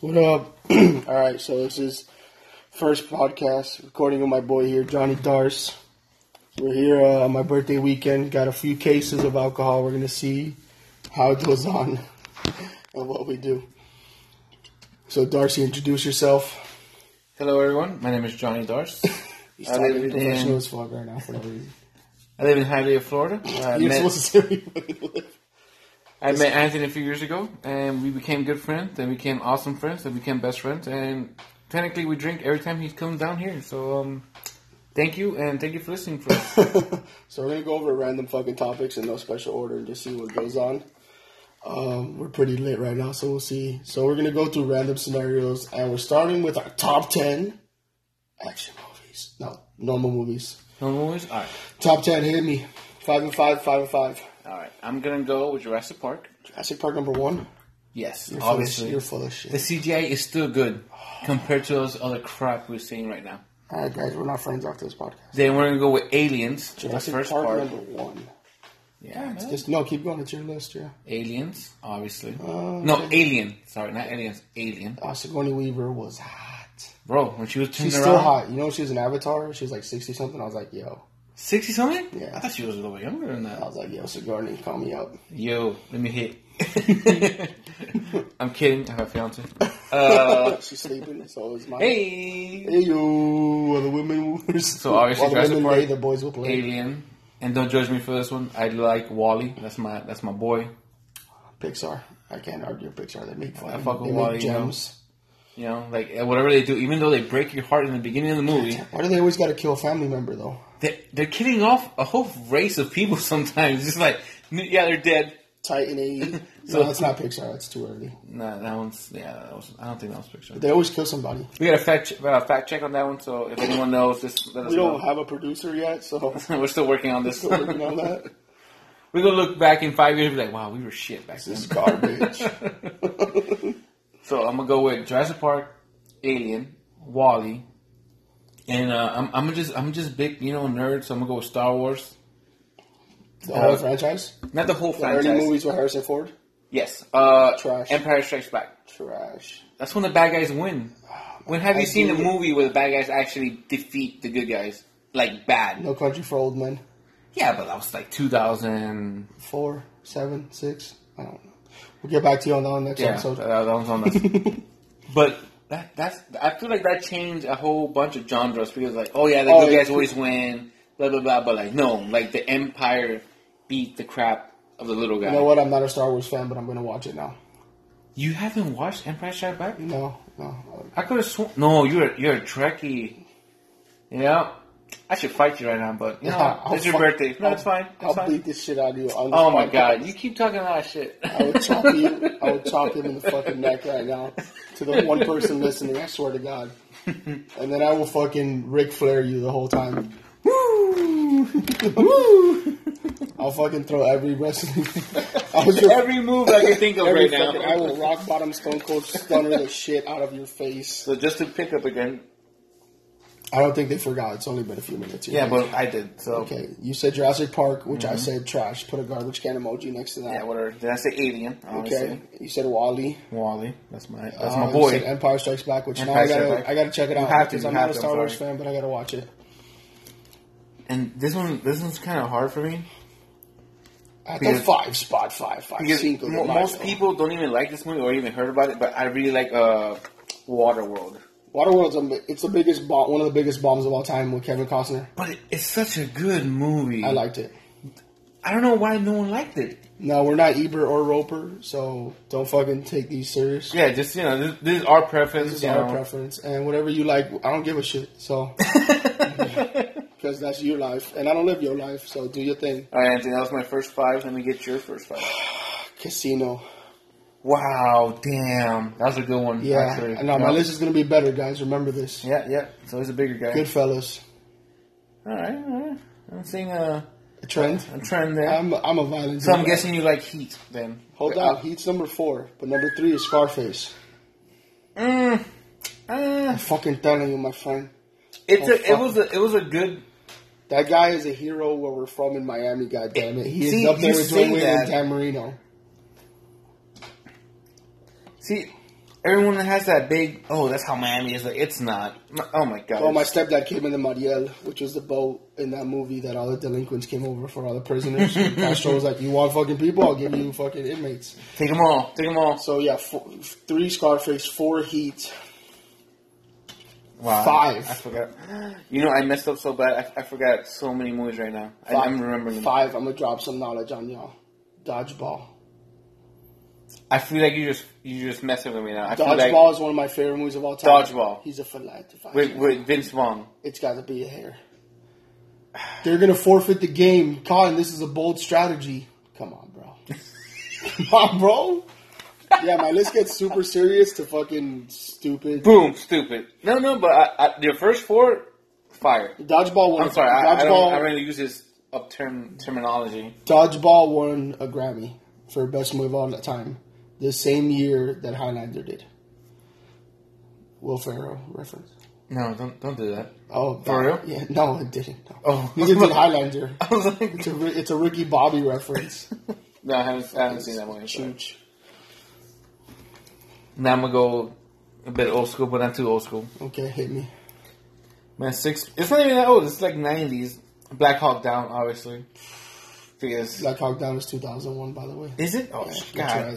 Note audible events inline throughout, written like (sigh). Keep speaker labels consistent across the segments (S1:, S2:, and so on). S1: What up? (clears throat) All right, so this is first podcast recording with my boy here, Johnny Darce. We're here uh, on my birthday weekend. Got a few cases of alcohol. We're gonna see how it goes on (laughs) and what we do. So, Darcy, introduce yourself.
S2: Hello, everyone. My name is
S1: (laughs)
S2: Johnny Darst.
S1: He's
S2: I
S1: talking
S2: live
S1: professional
S2: in-
S1: as fuck right now for that reason.
S2: I live in Hialeah, Florida. Uh, I
S1: You're
S2: met,
S1: supposed to say where you live.
S2: I met Anthony a few years ago, and we became good friends. Then we became awesome friends. Then we became best friends. And technically, we drink every time he comes down here. So, um, thank you, and thank you for listening.
S1: (laughs)
S2: For us.
S1: So we're gonna go over random fucking topics in no special order and just see what goes on. Um, we're pretty lit right now, so we'll see. So we're gonna go through random scenarios, and we're starting with our top ten action movies. No, normal movies.
S2: no movies. All right,
S1: Top ten, hit me. Five and five, five and five.
S2: all right. I'm gonna go with Jurassic Park.
S1: Jurassic Park number one.
S2: Yes,
S1: You're full of sh-
S2: obviously.
S1: you're full of
S2: the
S1: shit.
S2: CGI is still
S1: (sighs)
S2: good compared to those other crap we're seeing right now.
S1: All right, guys, we're not friends after this podcast.
S2: Then we're gonna go with Aliens. the
S1: Jurassic
S2: first
S1: Park
S2: part.
S1: number one.
S2: Yeah, man.
S1: Just no, keep going. It's your list, yeah.
S2: Aliens, obviously.
S1: Oh,
S2: no,
S1: okay.
S2: Alien. Sorry, not Aliens. Alien.
S1: Uh, Sigourney Weaver was hot.
S2: Bro, when she was turned
S1: She's
S2: around,
S1: still hot. You know, she was an Avatar. She was like sixty something. I was like, yo.
S2: sixty something.
S1: Yeah.
S2: I thought she was a little bit younger than
S1: I
S2: that.
S1: was like, yo, Sigourney, call me up.
S2: Yo, let me hit.
S1: (laughs)
S2: I'm kidding. I have a fiance.
S1: (laughs)
S2: Uh,
S1: She's sleeping, so it was my.
S2: hey,
S1: Hey, yo, are the women wooers.
S2: So obviously
S1: While the
S2: Jurassic
S1: women
S2: Park-
S1: lay, the boys will play.
S2: Alien. And don't judge me for this one. I like Wally. That's my that's my boy.
S1: Pixar. I can't argue with Pixar. They make fun.
S2: I fuck
S1: they
S2: with Wally,
S1: make
S2: you know.
S1: gems.
S2: You know, like eh, whatever they do, even though they break your heart in the beginning of the movie,
S1: Why do they always got to kill a family member though?
S2: they, they're killing off a whole race of people. (laughs) Sometimes, just like yeah, they're dead.
S1: Titan AE. (laughs)
S2: So-
S1: no, that's not Pixar. That's too early.
S2: Nah, that one's yeah. That was, I don't think that was picture.
S1: They always kill somebody.
S2: We got a fact che- uh, fact check on that one. So if anyone knows, just let us
S1: We don't
S2: know.
S1: have a producer yet, so (laughs)
S2: (laughs) We're still working on this.
S1: still
S2: (laughs)
S1: working on that.
S2: We're gonna look back in five years and be like, wow, we were shit back then.
S1: This is (laughs) garbage.
S2: So I'm gonna go with Jurassic Park, Alien, Wally, and uh, I'm I'm just I'm just big you know nerd. So I'm gonna go with Star Wars.
S1: The whole franchise.
S2: Not the whole
S1: The early
S2: franchise.
S1: movies with Harrison Ford.
S2: Yes. Uh,
S1: Trash.
S2: Empire Strikes Back.
S1: Trash.
S2: That's when the bad guys
S1: (sighs)
S2: win. When have you
S1: I
S2: seen a
S1: do-
S2: movie where the bad guys actually defeat the good guys? Like bad.
S1: No Country for Old Men.
S2: Yeah, but that was like 2000.
S1: four, seven, six. I don't know. We'll get back to you on that on the next
S2: Yeah, uh,
S1: (laughs)
S2: that,
S1: episode.
S2: that was on us. but that, that's I feel like that changed a whole bunch of genres because like, oh yeah, the
S1: Oh,
S2: good
S1: yeah.
S2: guys always win, blah blah blah. But like, no, like the Empire beat the crap of the little guy.
S1: You
S2: You,
S1: know what? I'm not a Star Wars fan, but I'm going to watch it now.
S2: haven't watched Empire Strikes Back?
S1: No, no.
S2: I could have sworn. No, you're a- you're a Trekkie. Yeah, I should fight you right now, but you know,
S1: Yeah, (laughs) I'll
S2: it's your
S1: fuck-
S2: birthday. No,
S1: I'll-
S2: it's fine. It's
S1: I'll
S2: fine.
S1: beat this shit out of you. On this
S2: Oh my
S1: podcast. (laughs)
S2: god, you keep talking all that shit.
S1: I would chop you. I would chop him in the fucking neck right now. To the one person listening, I swear to
S2: (laughs)
S1: God. And then I will fucking Ric Flair you the whole time.
S2: (laughs) Woo! Woo!
S1: I'll fucking throw every wrestling. (laughs) (laughs) I was just,
S2: Every move I can think of
S1: every
S2: right now.
S1: fucking- I will rock bottom Stone Cold stunner the shit out of your face.
S2: So just to pick up again.
S1: I don't think they forgot. It's only been a few minutes. You're
S2: Yeah,
S1: right.
S2: but I did. So
S1: Okay, you said Jurassic Park, which I said trash. Put a garbage can emoji next to that.
S2: yeah, whatever. Did I say Alien?
S1: okay,
S2: Obviously. Oh,
S1: you said Wally.
S2: Wally. That's my that's
S1: Uh,
S2: my
S1: you
S2: boy.
S1: said Empire Strikes Back, which now
S2: Empire
S1: I gotta
S2: Strikes Back.
S1: I gotta check it
S2: You
S1: out
S2: have to,
S1: because
S2: you
S1: I'm
S2: have
S1: not a
S2: to,
S1: Star
S2: I'm
S1: Wars
S2: sorry.
S1: fan, but I gotta watch it.
S2: and this one this one's kind of hard for me
S1: At the
S2: Because-
S1: five spot, five five
S2: because
S1: cinco. de
S2: mo- most
S1: Mayo.
S2: people don't even like this movie or even heard about it. But I really like uh, Waterworld.
S1: Waterworld's a, mi- it's the biggest bomb, one of the biggest bombs of all time with Kevin Costner.
S2: But it, it's such a good movie.
S1: I liked it.
S2: I don't know why no one liked it.
S1: No, we're not Eber or Roper, so don't fucking take these serious.
S2: Yeah, just you know, this, this is our preference.
S1: This is
S2: you
S1: our
S2: know.
S1: preference, and whatever you like, I don't give a shit.
S2: (laughs)
S1: So (laughs) because that's your life, and I don't live your life, so do your thing.
S2: All right, Anthony, that was my first five. Let me get your first five.
S1: Casino.
S2: Wow, damn, that was a good one.
S1: Yeah,
S2: actually.
S1: no, my
S2: Yep.
S1: list is gonna be better, guys. Remember this.
S2: Yeah, yeah. So he's a bigger guy.
S1: Goodfellas,
S2: All right, all right. I'm seeing a,
S1: a trend.
S2: a trend there.
S1: I'm I'm a violent.
S2: so I'm
S1: dude.
S2: guessing you like Heat then.
S1: Hold on, he's number four, but number three is Scarface.
S2: Mm, uh,
S1: Fucking telling you, my friend.
S2: it's
S1: Oh,
S2: a, it
S1: fuck.
S2: was a, it was a good.
S1: That guy is a hero where we're from in Miami. God damn it, he is
S2: See,
S1: up there
S2: you
S1: with
S2: say
S1: Dwayne Wade and
S2: that.
S1: Tamarino.
S2: See, everyone has that big, oh, that's how Miami is. Like, it's not. M- Oh my god.
S1: Well, my stepdad came in the Mariel, which was the boat in that movie that all the delinquents came over for all the prisoners. Castro was like, "You want fucking people? I'll give you fucking inmates."
S2: Take them all. Take them all.
S1: So yeah, four, three Scarface, four Heat.
S2: Wow.
S1: Five.
S2: I forgot. You know, I messed up so bad. I, I forgot so many movies right now. I,
S1: Five,
S2: I'm remembering them.
S1: Five. I'm gonna drop some knowledge on y'all. Dodgeball.
S2: I feel like you just you just messing with me now. I feel like
S1: Dodgeball is one of my favorite movies of all time.
S2: Dodgeball.
S1: He's a fanatic.
S2: with, with Vince Vaughn.
S1: It's got to be a hair. They're gonna forfeit the game, Colin. This is a bold strategy. Come on,
S2: (laughs)
S1: bro. Come on, bro. Yeah, my list gets super serious to fucking stupid.
S2: Boom. Stupid. No, no. But I, I, your first four, fire.
S1: Dodgeball won.
S2: I'm sorry. I, I
S1: dodgeball.
S2: don't. I really use this up term terminology.
S1: dodgeball won a Grammy for best movie of all time the same year that Highlander did. Will Ferrell reference.
S2: No, don't don't do that. (laughs)
S1: Oh,
S2: For real?
S1: Yeah, no, it didn't. No.
S2: Oh.
S1: neither did Highlander.
S2: (laughs) I was like,
S1: It's a, it's a Ricky Bobby
S2: (laughs)
S1: reference.
S2: no, I haven't, I haven't seen that one. sorry.
S1: Chooch.
S2: Now I'm gonna go a bit old school, but not too old school.
S1: Okay, hit me.
S2: Man, six. It's not even that old. It's like '90s. Black Hawk Down, obviously. Because
S1: Black Hawk Down is 2001, by the way.
S2: is it? Oh
S1: good
S2: God,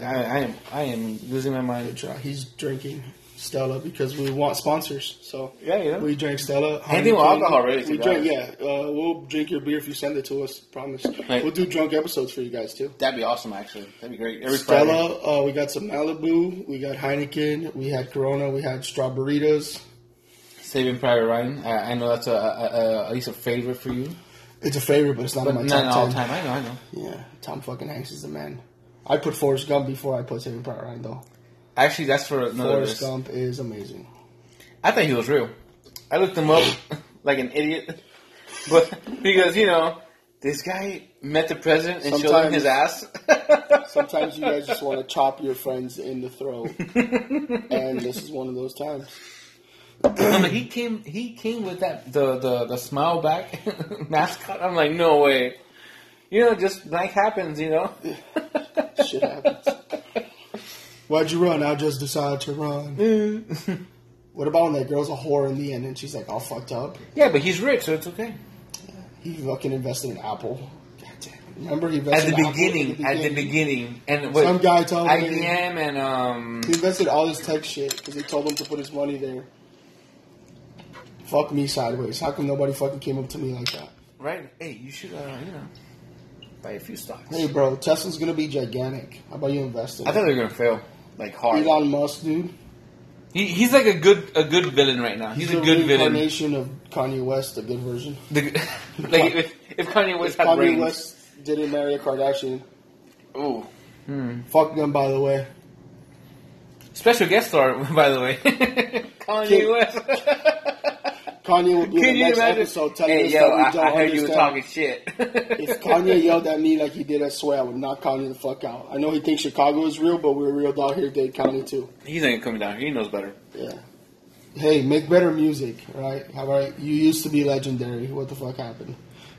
S1: try.
S2: I, I am I am losing my mind.
S1: Try- He's drinking Stella because we want sponsors. So
S2: Yeah, you know.
S1: we drink Stella.
S2: Anything with
S1: Heineken.
S2: alcohol, really, to
S1: We
S2: be
S1: drink, yeah. Uh, we'll drink your beer if you send it to us. Promise.
S2: Right.
S1: We'll do drunk episodes for you guys too.
S2: That'd be awesome, actually. That'd be great. Every Friday.
S1: Stella. Uh, we got some Malibu. We got Heineken. We had Corona. We had Strawberritas.
S2: Saving Private Ryan. I, I know that's a, a, a at least a favorite for you,
S1: It's a favorite, but it's not
S2: but
S1: on my
S2: not
S1: top
S2: an all
S1: 10.
S2: time. I know, I know.
S1: Yeah, Tom fucking Hanks is the man. I put Forrest Gump before I put Saving Private Ryan though.
S2: Actually, that's for another.
S1: Forrest
S2: List.
S1: Gump is amazing.
S2: I thought he was real. I looked him up (laughs) like an idiot, (laughs) but because you know this guy met the president and showed him his ass. (laughs)
S1: Sometimes you guys just want to chop your friends in the
S2: (laughs)
S1: throat, and this is one of those times.
S2: I'm like, he came he came with that the the, the smile back (laughs) mascot. I'm like, no way. You know, just life happens, you know.
S1: Shit happens. Why'd you run? I just decided to run.
S2: (laughs)
S1: what about when that girl's a whore in the end and she's like all fucked up?
S2: Yeah, but he's rich, so it's okay.
S1: He fucking invested in Apple. God damn it. Remember he
S2: At
S1: invested
S2: the
S1: in Apple
S2: beginning, at the beginning, and what,
S1: Some guy told me-
S2: IBM and um,
S1: He invested all his tech shit because they told him to put his money there. Fuck me sideways. How come nobody fucking came up to me like that?
S2: right. Hey, you should, uh, you know, buy a few stocks.
S1: Hey, bro, Tesla's gonna be gigantic. How about you invest in
S2: I
S1: it?
S2: thought they were gonna fail like hard.
S1: Elon Musk, dude.
S2: He, he's like a good a good villain right now. He's, a, good villain.
S1: reincarnation of Kanye West, a good
S2: (laughs)
S1: version.
S2: The- like if, if Kanye West
S1: If
S2: had
S1: Kanye
S2: brains.
S1: West didn't marry a Kardashian.
S2: Ooh.
S1: Fuck them, by the way.
S2: Special guest star, (laughs)
S1: (laughs)
S2: by the way. Kanye
S1: Kid- (laughs)
S2: West.
S1: Kanye will be in the
S2: Can you
S1: next
S2: imagine?
S1: episode telling
S2: hey,
S1: us
S2: yo,
S1: that we
S2: I,
S1: don't
S2: I heard you were
S1: understand.
S2: talking
S1: (laughs)
S2: shit. (laughs)
S1: if Kanye yelled at me like he did, I swear I would knock Kanye the fuck out. I know he thinks Chicago is real, but we're real down here, Dade County too.
S2: He's not coming down. He knows better.
S1: Yeah. Hey, make better music, right? All right, you used to be legendary. What the fuck happened?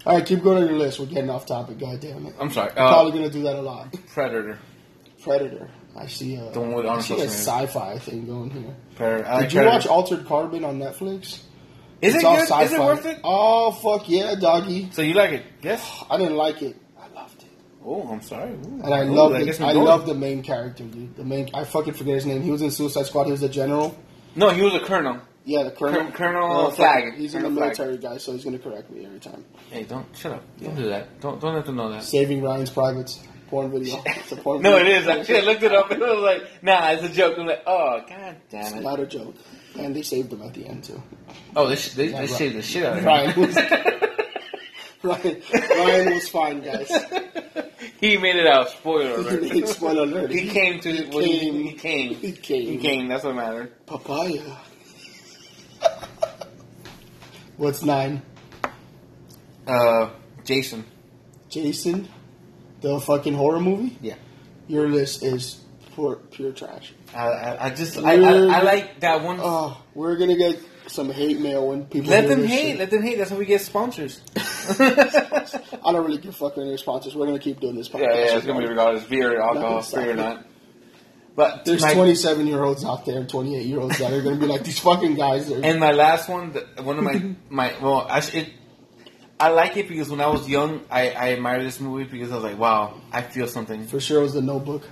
S1: All right, keep going on your list. We're getting off topic. God damn it.
S2: I'm sorry.
S1: We're
S2: Uh,
S1: probably gonna do that a lot.
S2: Predator.
S1: Predator. I see a,
S2: Don't worry,
S1: I
S2: honestly,
S1: see a
S2: it's-
S1: sci-fi thing going here.
S2: Predator. I like
S1: Did you
S2: Predator.
S1: watch Altered Carbon on Netflix?
S2: Is it
S1: all
S2: good? Is it worth it?
S1: Oh fuck yeah, doggy!
S2: So you like it?
S1: (gasps)
S2: Yes.
S1: I didn't like it. I loved it.
S2: Oh, I'm sorry. Ooh.
S1: And I
S2: Ooh,
S1: love
S2: guess
S1: it.
S2: I'm
S1: I
S2: going.
S1: love the main character, dude. The main I fucking forget his name. He was in Suicide Squad. He was the general.
S2: No, he was a colonel.
S1: Yeah, the colonel.
S2: Col- Colonel
S1: Oh, fuck.
S2: Flag.
S1: He's in
S2: Colonel
S1: the
S2: Flag.
S1: military guy, so he's gonna correct me every time.
S2: Hey, don't shut up. Don't do that. Don't don't let them know that.
S1: Saving Ryan's Privates porn
S2: (laughs)
S1: video. It's a porn.
S2: No, it
S1: video.
S2: is. Actually, I looked it up. It was like, nah, it's a joke. I'm like, oh, god
S1: It's
S2: damn it.
S1: not a joke. And they saved him at the end too. (laughs)
S2: Oh, they sh- they, they
S1: Right.
S2: shaved the shit out of him.
S1: Ryan was Ryan, Ryan was fine, guys.
S2: (laughs) He made it out. Spoiler
S1: He-
S2: alert.
S1: Spoiler alert.
S2: He came to. well, He
S1: came.
S2: He came.
S1: He came.
S2: He came. That's what mattered.
S1: Papaya. (laughs) What's nine?
S2: Uh, Jason.
S1: Jason, the fucking horror movie.
S2: Yeah.
S1: Your list is pure, pure trash.
S2: I, I, I just I, I, I like that one.
S1: Oh, we're gonna get some hate mail when people
S2: let
S1: hear
S2: them
S1: this
S2: hate.
S1: shit.
S2: Let them hate. That's how we get (laughs) sponsors. yeah,
S1: I don't really give a fuck any sponsors. We're gonna keep doing this podcast.
S2: yeah. It's gonna be regardless, beer, alcohol,
S1: Nothing's
S2: free or
S1: stopping.
S2: not. But
S1: There's
S2: my-
S1: 27 year olds out there and 28 year olds that are going to be like these fucking guys. Are,
S2: And my last one, the- one
S1: (laughs)
S2: of my my well, I sh- it, I like it because when I was young, I I admired this movie because I was like, wow, I feel something.
S1: for sure, it was the Notebook.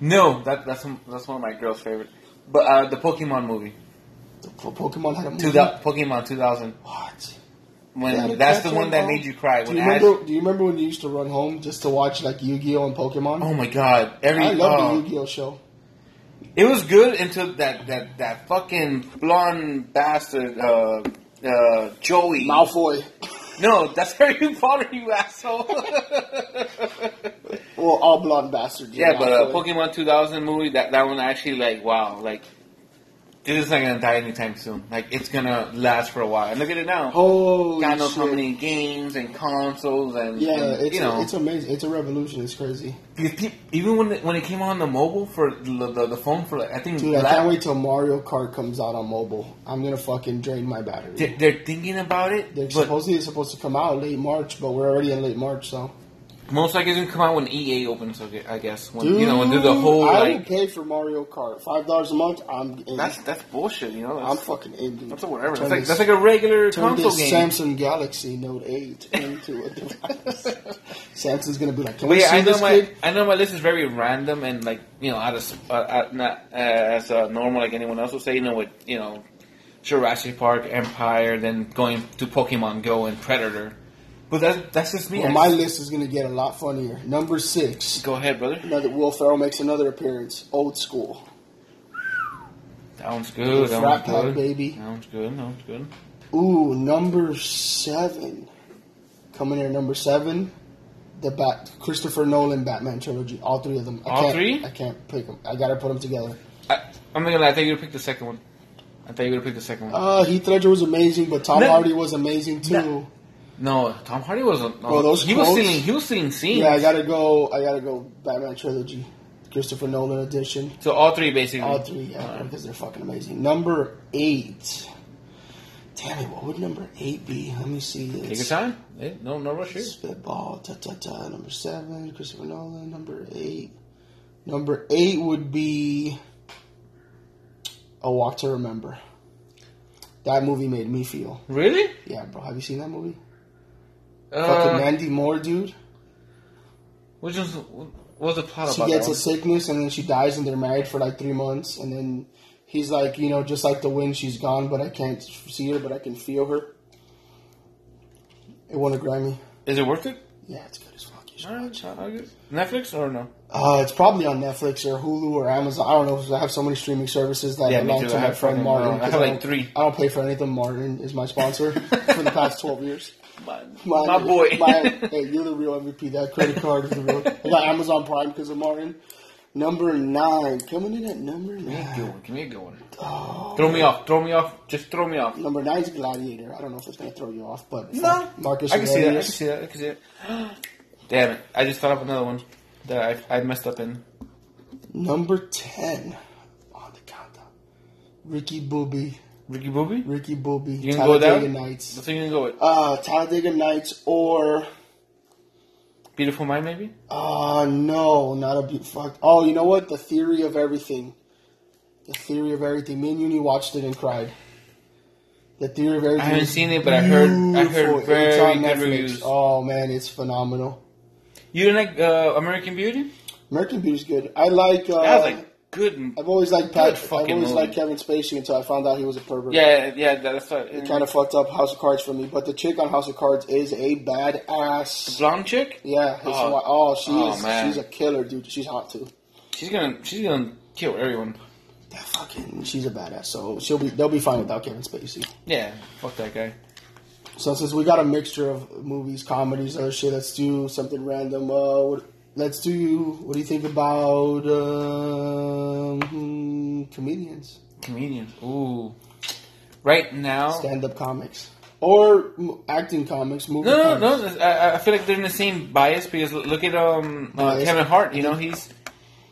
S2: No, that that's one, that's one of my girls' favorite. But uh, the Pokemon movie,
S1: The po- Pokemon had a movie.
S2: two thou- Pokemon two thousand,
S1: What?
S2: when
S1: Mm-hmm. Yeah, the
S2: that's the
S1: cartoon
S2: one that
S1: ball.
S2: made you cry.
S1: Do
S2: When
S1: you
S2: Ash-
S1: remember? Do you remember when you used to run home just to watch like Yu-Gi-Oh and Pokemon?
S2: oh my god, every
S1: I love
S2: oh.
S1: the Yu-Gi-Oh show.
S2: It was good until that that that fucking blonde bastard uh uh Joey.
S1: Malfoy.
S2: No, that's (laughs) Harry Potter, you asshole. (laughs)
S1: Well, all blonde bastards.
S2: yeah, but uh,
S1: Malfoy.
S2: Pokemon 2000 movie that that one actually like wow like. This is not gonna die anytime soon. Like it's gonna last for a while. And look at it now.
S1: Holy
S2: God knows
S1: shit.
S2: how many games and consoles and,
S1: Yeah,
S2: and,
S1: it's,
S2: you know.
S1: it's amazing. It's a revolution. It's crazy.
S2: Because peop even when it, when it came out on the mobile for the, the, the phone for like I think
S1: Dude, I
S2: la-
S1: can't wait till Mario Kart comes out on mobile. I'm gonna fucking drain my battery.
S2: they- they're thinking about it.
S1: They're
S2: but
S1: supposedly it's supposed to come out late March, but we're already in late March, so.
S2: Most likely it's gonna come out when EA opens. Okay, I guess when you know when do the whole
S1: I would
S2: like
S1: pay for Mario Kart. Five dollars a month. I'm in.
S2: that's that's bullshit. You know,
S1: I'm
S2: that's,
S1: fucking in. dude.
S2: that's a whatever.
S1: Turn
S2: That's like
S1: this-
S2: that's like a regular
S1: turn
S2: console
S1: this
S2: game.
S1: Samsung Galaxy Note Eight into a device. (laughs)
S2: (laughs)
S1: Samsung's gonna be like, can
S2: but
S1: we
S2: yeah,
S1: see
S2: I know
S1: this
S2: my
S1: kid?
S2: I know my list is very random and like you know out of s- uh, uh, not uh, as uh, normal like anyone else would say. You know with you know Jurassic Park, Empire, then going to Pokemon Go and Predator. But that that's just me.
S1: Well,
S2: I
S1: my
S2: just-
S1: list is gonna get a lot funnier. Number six.
S2: Go ahead, brother.
S1: Another Will Ferrell makes another appearance. Old school.
S2: That one's good. That
S1: Frat
S2: one's
S1: Pack
S2: good.
S1: Baby.
S2: That one's good. That one's good.
S1: Ooh, number seven. Coming in at number seven, the Bat Christopher Nolan Batman trilogy. All three of them. I
S2: All
S1: can't,
S2: three?
S1: I can't pick them. I gotta put them together.
S2: I, I'm not gonna lie. I thought you would pick the second one. I thought you would pick the second one.
S1: Uh, Heath Ledger was amazing, but Tom
S2: No.
S1: Hardy was amazing too.
S2: No. no, Tom Hardy wasn't. No,
S1: Bro, those
S2: he was
S1: quotes-
S2: stealing. He was stealing scenes.
S1: Yeah, I gotta go. I gotta go. Batman trilogy, Christopher Nolan edition.
S2: so all three basically.
S1: All three, yeah, because they're fucking amazing. Number eight. Damn it! What would number eight be? Let me see.
S2: Take your
S1: It's-
S2: time. Eh, no, no rush here.
S1: Spitball, ta ta ta. Number seven, Christopher Nolan. Number eight. Number eight would be A Walk to Remember. That movie made me feel.
S2: Really?
S1: Yeah, bro. Have you seen that movie? Fucking
S2: Uh,
S1: Mandy Moore, dude.
S2: which was was the plot
S1: She
S2: about?
S1: gets
S2: that
S1: a
S2: one?
S1: sickness and then she dies, and they're married for like three months. And then he's like, you know, just like the wind, she's gone, but I can't see her, but I can feel her. It won a Grammy.
S2: Is it worth it?
S1: Yeah, it's good as fuck. You should watch it.
S2: Alright, I- I guess. Netflix or no?
S1: Uh, it's probably on Netflix or Hulu or Amazon. I don't know. 'cause I have so many streaming services that
S2: Yeah, me
S1: belong
S2: too.
S1: to
S2: I
S1: my
S2: have
S1: friend
S2: fucking- uh,
S1: Martin.
S2: I have
S1: 'cause
S2: like
S1: don't-
S2: three.
S1: I don't pay for anything. Martin is my
S2: (laughs)
S1: sponsor for the past twelve years.
S2: My,
S1: My,
S2: my boy.
S1: (laughs) my- hey, you're the real MVP. That credit card is the real. I got Amazon Prime because of Martin. Number nine coming in at number
S2: (laughs) Give me a good
S1: nine.
S2: one. Give me a good one.
S1: Oh,
S2: Throw me off. Throw me off. Just throw me off.
S1: number nine's Gladiator. I don't know if it's gonna throw you off, but
S2: No,
S1: Marcus
S2: I can see that. I can
S1: Aurelius.
S2: see that. (gasps) I can see it. Damn it! I just thought of another one that I, I messed up in.
S1: Number ten on the countdown. Ricky Booby.
S2: Ricky Bobby.
S1: Ricky Booby.
S2: You can go
S1: Talladega
S2: down.
S1: Nights.
S2: What's you gonna go with?
S1: uh, Talladega Nights or
S2: Beautiful Mind, maybe.
S1: uh no, not a be- fuck. Oh, you know what? The Theory of Everything. The Theory of Everything. Me and Uni watched it and cried. The Theory of Everything.
S2: haven't
S1: is
S2: seen it, but I heard- I heard
S1: beautiful.
S2: very
S1: It's on
S2: good
S1: Netflix.
S2: reviews.
S1: Oh man, it's phenomenal.
S2: You didn't like uh, American Beauty?
S1: American Beauty's good. I like. Uh,
S2: That was like good. and-
S1: I've always liked Pat. I've
S2: fucking
S1: always liked Kevin
S2: movie.
S1: Spacey until I found out he was a pervert.
S2: Yeah, yeah, that- that's what.
S1: It kind of fucked up House of Cards for me, but the chick on House of Cards is a badass.
S2: blonde chick.
S1: Yeah, his
S2: Oh.
S1: wife- oh she
S2: Oh,
S1: is.
S2: man.
S1: She's a killer, dude. She's hot too.
S2: She's gonna, she's gonna kill everyone.
S1: That fucking she's a badass, so she'll be they'll be fine without Kevin Spacey.
S2: Yeah, fuck that guy.
S1: So since we got a mixture of movies, comedies, other shit, let's do something random. Uh, what, let's do. What do you think about um, hmm, comedians,
S2: Comedian. Ooh. Right now.
S1: stand-up comics, or m- acting comics, movie?
S2: No,
S1: comics.
S2: no, no. I, I feel like they're in the same bias because look at um uh,
S1: Bias.
S2: Kevin Hart. You know, he's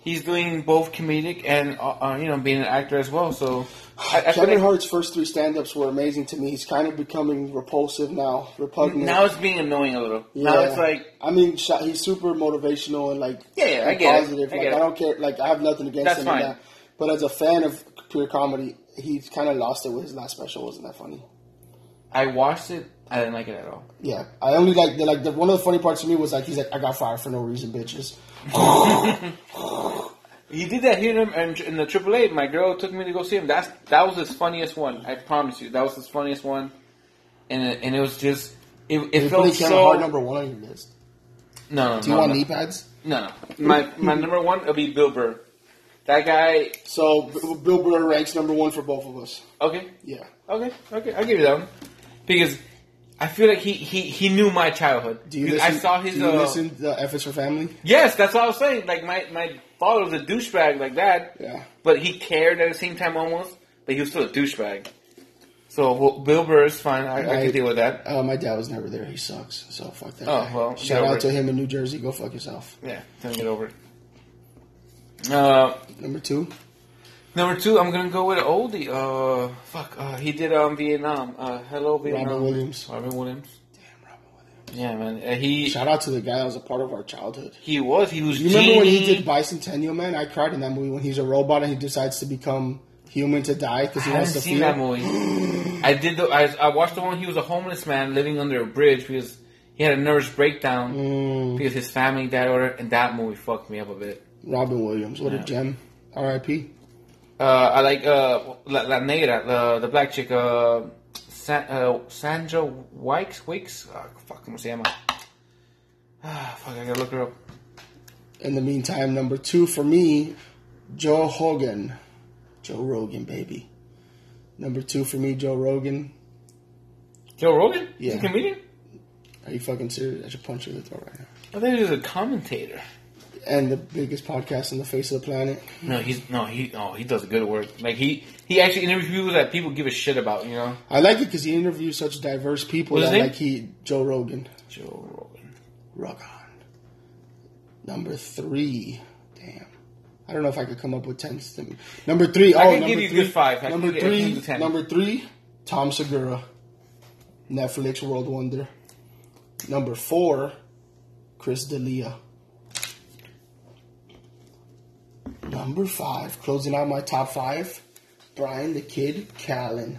S2: he's doing both comedic and uh, uh, you know being an actor as well. So I, I feel
S1: Kevin
S2: like
S1: Hart's first three stand-ups were amazing to me. He's kind of becoming repulsive now, repugnant.
S2: now it's being annoying a little. Now it's like
S1: I mean, sh- he's super motivational and like
S2: Yeah, yeah, I
S1: and
S2: get it.
S1: positive.
S2: I
S1: like
S2: get
S1: I
S2: it.
S1: don't care. Like I have nothing against
S2: That's
S1: him.
S2: fine.
S1: And that. But as a fan of pure comedy, he's kind of lost it with his last special. Wasn't that funny?
S2: I watched it. I didn't like it at all.
S1: Yeah, I only like the like the one of the funny parts to me was like he's like I got fired for no reason, bitches.
S2: He did that here in, in, in the AAA. My girl took me to go see him. That's that was his funniest one. I promise you, that was his funniest one. And it, and it was just it,
S1: They
S2: it
S1: put
S2: felt
S1: Kevin Hart
S2: so.
S1: number one on your list.
S2: No, no,
S1: Do you
S2: no,
S1: want
S2: no,
S1: knee pads?
S2: no, no. My my number one would be Bill Burr. That guy.
S1: So B- Bill Burr ranks number one for both of us.
S2: Okay,
S1: Yeah,
S2: Okay, okay, I'll give you that one. Because I feel like he, he, he knew my childhood.
S1: do you?
S2: Because
S1: Listen,
S2: I saw his.
S1: Do you
S2: uh,
S1: listen to F is for Family?
S2: Yes, that's what I was saying. Like my my father was a douchebag like that,
S1: Yeah.
S2: but he cared at the same time almost. But he was still a douchebag. So well, Bill Burr is fine. I, I
S1: Right.
S2: can deal with that.
S1: Uh, my dad was never there. He sucks. So fuck that.
S2: Oh,
S1: guy.
S2: well,
S1: Shout
S2: yeah,
S1: out
S2: right.
S1: to him in New Jersey. Go fuck yourself.
S2: Yeah, then get over. it. Uh,
S1: Number two.
S2: number two, I'm gonna go with oldie. Uh, fuck. Uh, he did um Vietnam. Uh, hello Vietnam.
S1: Williams.
S2: Robin Williams. Yeah, man. Uh, he
S1: Shout out to the guy that was a part of our childhood.
S2: he was. He was.
S1: You remember when he
S2: Genie.
S1: did Bicentennial Man? I cried in that movie when he's a robot and he decides to become human to die because he
S2: I
S1: wants
S2: haven't
S1: to
S2: seen
S1: feel.
S2: that movie. I did. The, I, I watched the one. He was a homeless man living under a bridge because he had a nervous breakdown
S1: Mm,
S2: because his family died. Order and that movie fucked me up a bit.
S1: Robin Williams, what a gem. R.I.P.
S2: Uh, I like uh, La, La Negra, the the black chick, uh, San, uh, Sandra Wicks. Wicks. Uh, fuck, ¿cómo se llama? Ah, fuck, I gotta look her up.
S1: In the meantime, number two for me, Joe Hogan. Joe Rogan, baby. Number two for me, Joe Rogan.
S2: Joe Rogan. He's
S1: Yeah.
S2: a comedian.
S1: Are you fucking serious? I should punch you in the throat right now.
S2: I thought he was a commentator.
S1: And the biggest podcast on the face of the planet.
S2: No, he's no, he no, he does good work. Like he he actually interviews people that people give a shit about. You know,
S1: I like it because he interviews such diverse people
S2: What's
S1: that
S2: his name?
S1: like he Joe Rogan.
S2: Joe Rogan.
S1: Rogan. Number three. Damn. I don't know if I could come up with ten. St- number three.
S2: I
S1: oh,
S2: can
S1: number
S2: give you a
S1: three,
S2: good five. I can
S1: number
S2: give you- I can
S1: three.
S2: do ten.
S1: Number three. Tom Segura. Netflix World Wonder. Number four. Chris D'Elia. Number five. Closing out my top five. Brian the Kid Callen.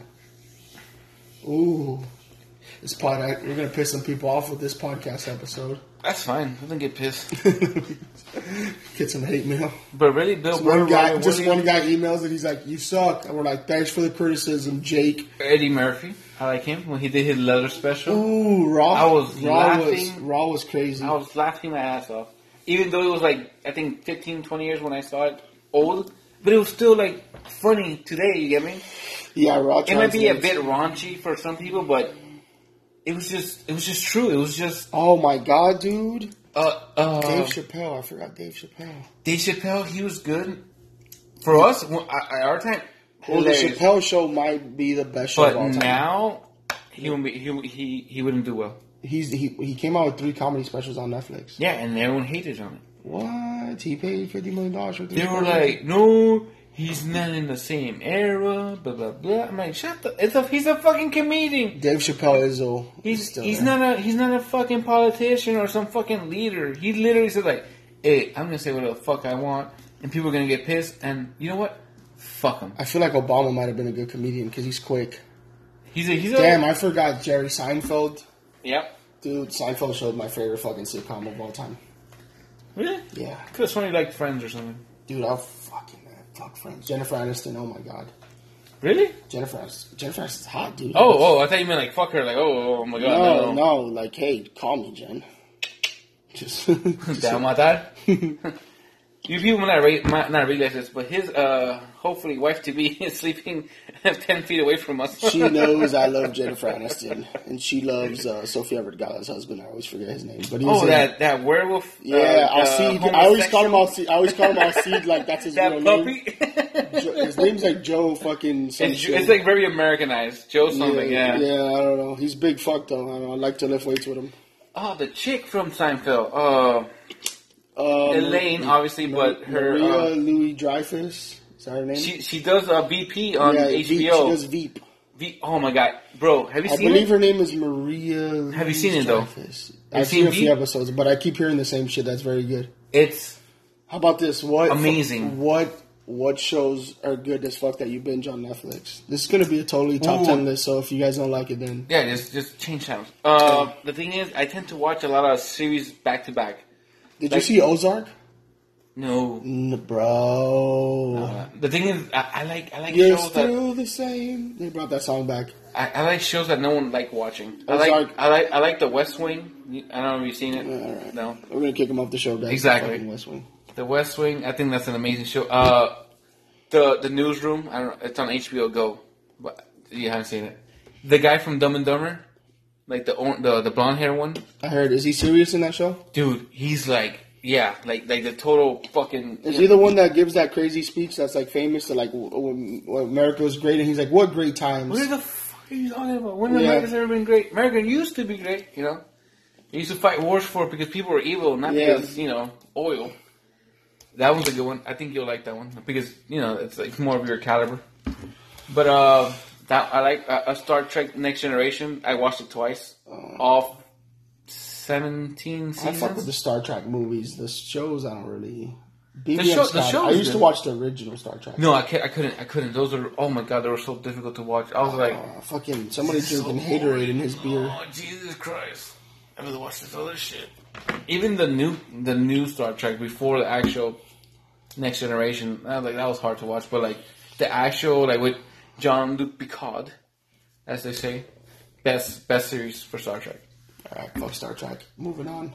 S1: Ooh. This pod, I, you're gonna piss some people off with this podcast episode.
S2: That's fine. I don't get pissed.
S1: Get some hate mail.
S2: But really, Bill Burr,
S1: One guy,
S2: Robin
S1: just one
S2: Williams,
S1: guy emails and he's like, "You suck," and we're like, "Thanks for the criticism, Jake."
S2: Eddie Murphy. I like him when he did his leather special.
S1: Ooh, Raw.
S2: I was
S1: Raw was
S2: laughing.
S1: Raw was crazy.
S2: I was laughing my ass off, even though it was like I think 15, 20 years when I saw it old. But it was still like funny today. You get me?
S1: yeah, Raw.
S2: It might be a
S1: translates.
S2: bit raunchy for some people, but it was just it was just true. It was just
S1: Oh my god, dude!
S2: uh uh.
S1: Dave Chappelle. I forgot Dave Chappelle.
S2: Dave Chappelle, he was good for us. w- I- I- Our time,
S1: Well, the
S2: hilarious.
S1: Chappelle Show might be the best show of all
S2: But
S1: time.
S2: now he would be, he he he wouldn't do well.
S1: He's he, he came out with three comedy specials on Netflix.
S2: Yeah, and everyone hated on it.
S1: What? He paid fifty million dollars for three.
S2: They were
S1: specials?
S2: like, "No, he's not in the same era." Blah blah blah. I'm like, "Shut the! It's a he's a fucking comedian.
S1: Dave Chappelle is a
S2: He's
S1: still
S2: he's
S1: there.
S2: not a he's not a fucking politician or some fucking leader. He literally said like, "Hey, I'm gonna say what the fuck I want, and people are gonna get pissed, and you know what? Fuck him.
S1: I feel like Obama might have been a good comedian because he's quick.
S2: He's a he's a (laughs)
S1: Damn, I forgot Jerry Seinfeld.
S2: Yep.
S1: Dude, Seinfeld showed my favorite fucking sitcom of all time.
S2: Really?
S1: Yeah.
S2: Could have sworn you liked Friends or something.
S1: Dude, I'll fucking man, fuck friends. Jennifer Aniston, oh my god.
S2: Really?
S1: Jennifer Aniston, Jennifer Aniston's hot, dude.
S2: Oh, oh, I thought you meant like fuck her, like oh, oh my
S1: no,
S2: god,
S1: no, like, hey, call me, Jen. (laughs) Just,
S2: (laughs)
S1: just-
S2: Down my dad.
S1: (laughs)
S2: you people might not, re- might not realize this, but his uh, hopefully wife to be (laughs) is sleeping ten feet away from us.
S1: she knows I love Jennifer Aniston, and she loves uh, Sofia Vergara's husband. I always forget his name, but he's
S2: (laughs) oh,
S1: in-
S2: that that werewolf.
S1: Yeah,
S2: uh,
S1: I'll see. I always call him Alcide. I always call him Alcide, like that's his
S2: that
S1: real name.
S2: puppy.
S1: Jo- His name's like Joe fucking. some
S2: (laughs) it's,
S1: shit.
S2: it's like very Americanized. Joe something. Yeah.
S1: I don't know. He's big fuck though. I don't know. I like to lift weights with him.
S2: Oh, the chick from Seinfeld. Uh,
S1: Um,
S2: Elaine, obviously, but her
S1: Maria
S2: uh,
S1: Louis Dreyfus. Is that her name?
S2: she she does a BP on
S1: yeah, Veep. She
S2: HBO.
S1: does Veep.
S2: V- oh my god, bro, have you
S1: I
S2: seen
S1: believe
S2: it?
S1: her name is Maria.
S2: Have you seen it, though?
S1: though? I've
S2: seen
S1: seen a few
S2: Veep?
S1: episodes, but I keep hearing the same shit. That's very good.
S2: It's
S1: How about this? What
S2: Amazing.
S1: What what shows are good as fuck that you binge on Netflix? This is gonna be a totally top
S2: Ooh.
S1: ten list. So if you guys don't like it, then
S2: yeah, just just change channels. Uh, the thing is, I tend to watch a lot of series back to back.
S1: did you
S2: Like-
S1: see Ozark?
S2: No,
S1: N- bro,
S2: Uh, the thing is, I, I like I like
S1: you're
S2: shows that
S1: still the same. They brought that song back.
S2: I, I like shows that no one like watching. I
S1: Ozark.
S2: like I like I like The West Wing. I don't know if you've seen it.
S1: alright.
S2: No,
S1: We're gonna kick him off the show, guys.
S2: Exactly.
S1: Fucking West Wing.
S2: The West Wing. I think that's an amazing show. Uh, the the Newsroom. I don't. It's on HBO Go, but you haven't seen it. The guy from Dumb and Dumber, like the or- the the blonde hair one.
S1: I heard. Is he serious in that show?
S2: Dude, he's like yeah, like like the total fucking.
S1: Is he the one that gives that crazy speech that's like famous to like w- w- w- America's great? And he's like, "What great times?"
S2: What the fuck are you talking about? When has
S1: Yeah.
S2: America's ever been great? America used to be great, you know. They used to fight wars for it because people were evil, not
S1: Yeah.
S2: because you know oil. That one's a good one. I think you'll like that one because you know it's like more of your caliber. But uh, that I like uh, uh, Star Trek Next Generation. I watched it twice. All seventeen
S1: Oh. I fuck with
S2: seasons.
S1: the Star Trek movies. The shows I don't really. BB
S2: show- the
S1: Scott.
S2: show
S1: I
S2: is
S1: used to
S2: good.
S1: watch the original Star Trek.
S2: No, I, ca- I couldn't. I couldn't. Those are oh my god, they were so difficult to watch. I was like,
S1: Uh, fucking somebody
S2: This is
S1: drinking
S2: so boring.
S1: Haterade in his beer.
S2: Oh Jesus Christ! I have to watch this other shit. Even the new the new Star Trek before the actual Next Generation, I was like that was hard to watch. But like the actual like with John Luke Picard, as they say, best best series for Star Trek.
S1: All right, fuck Star Trek. Moving on.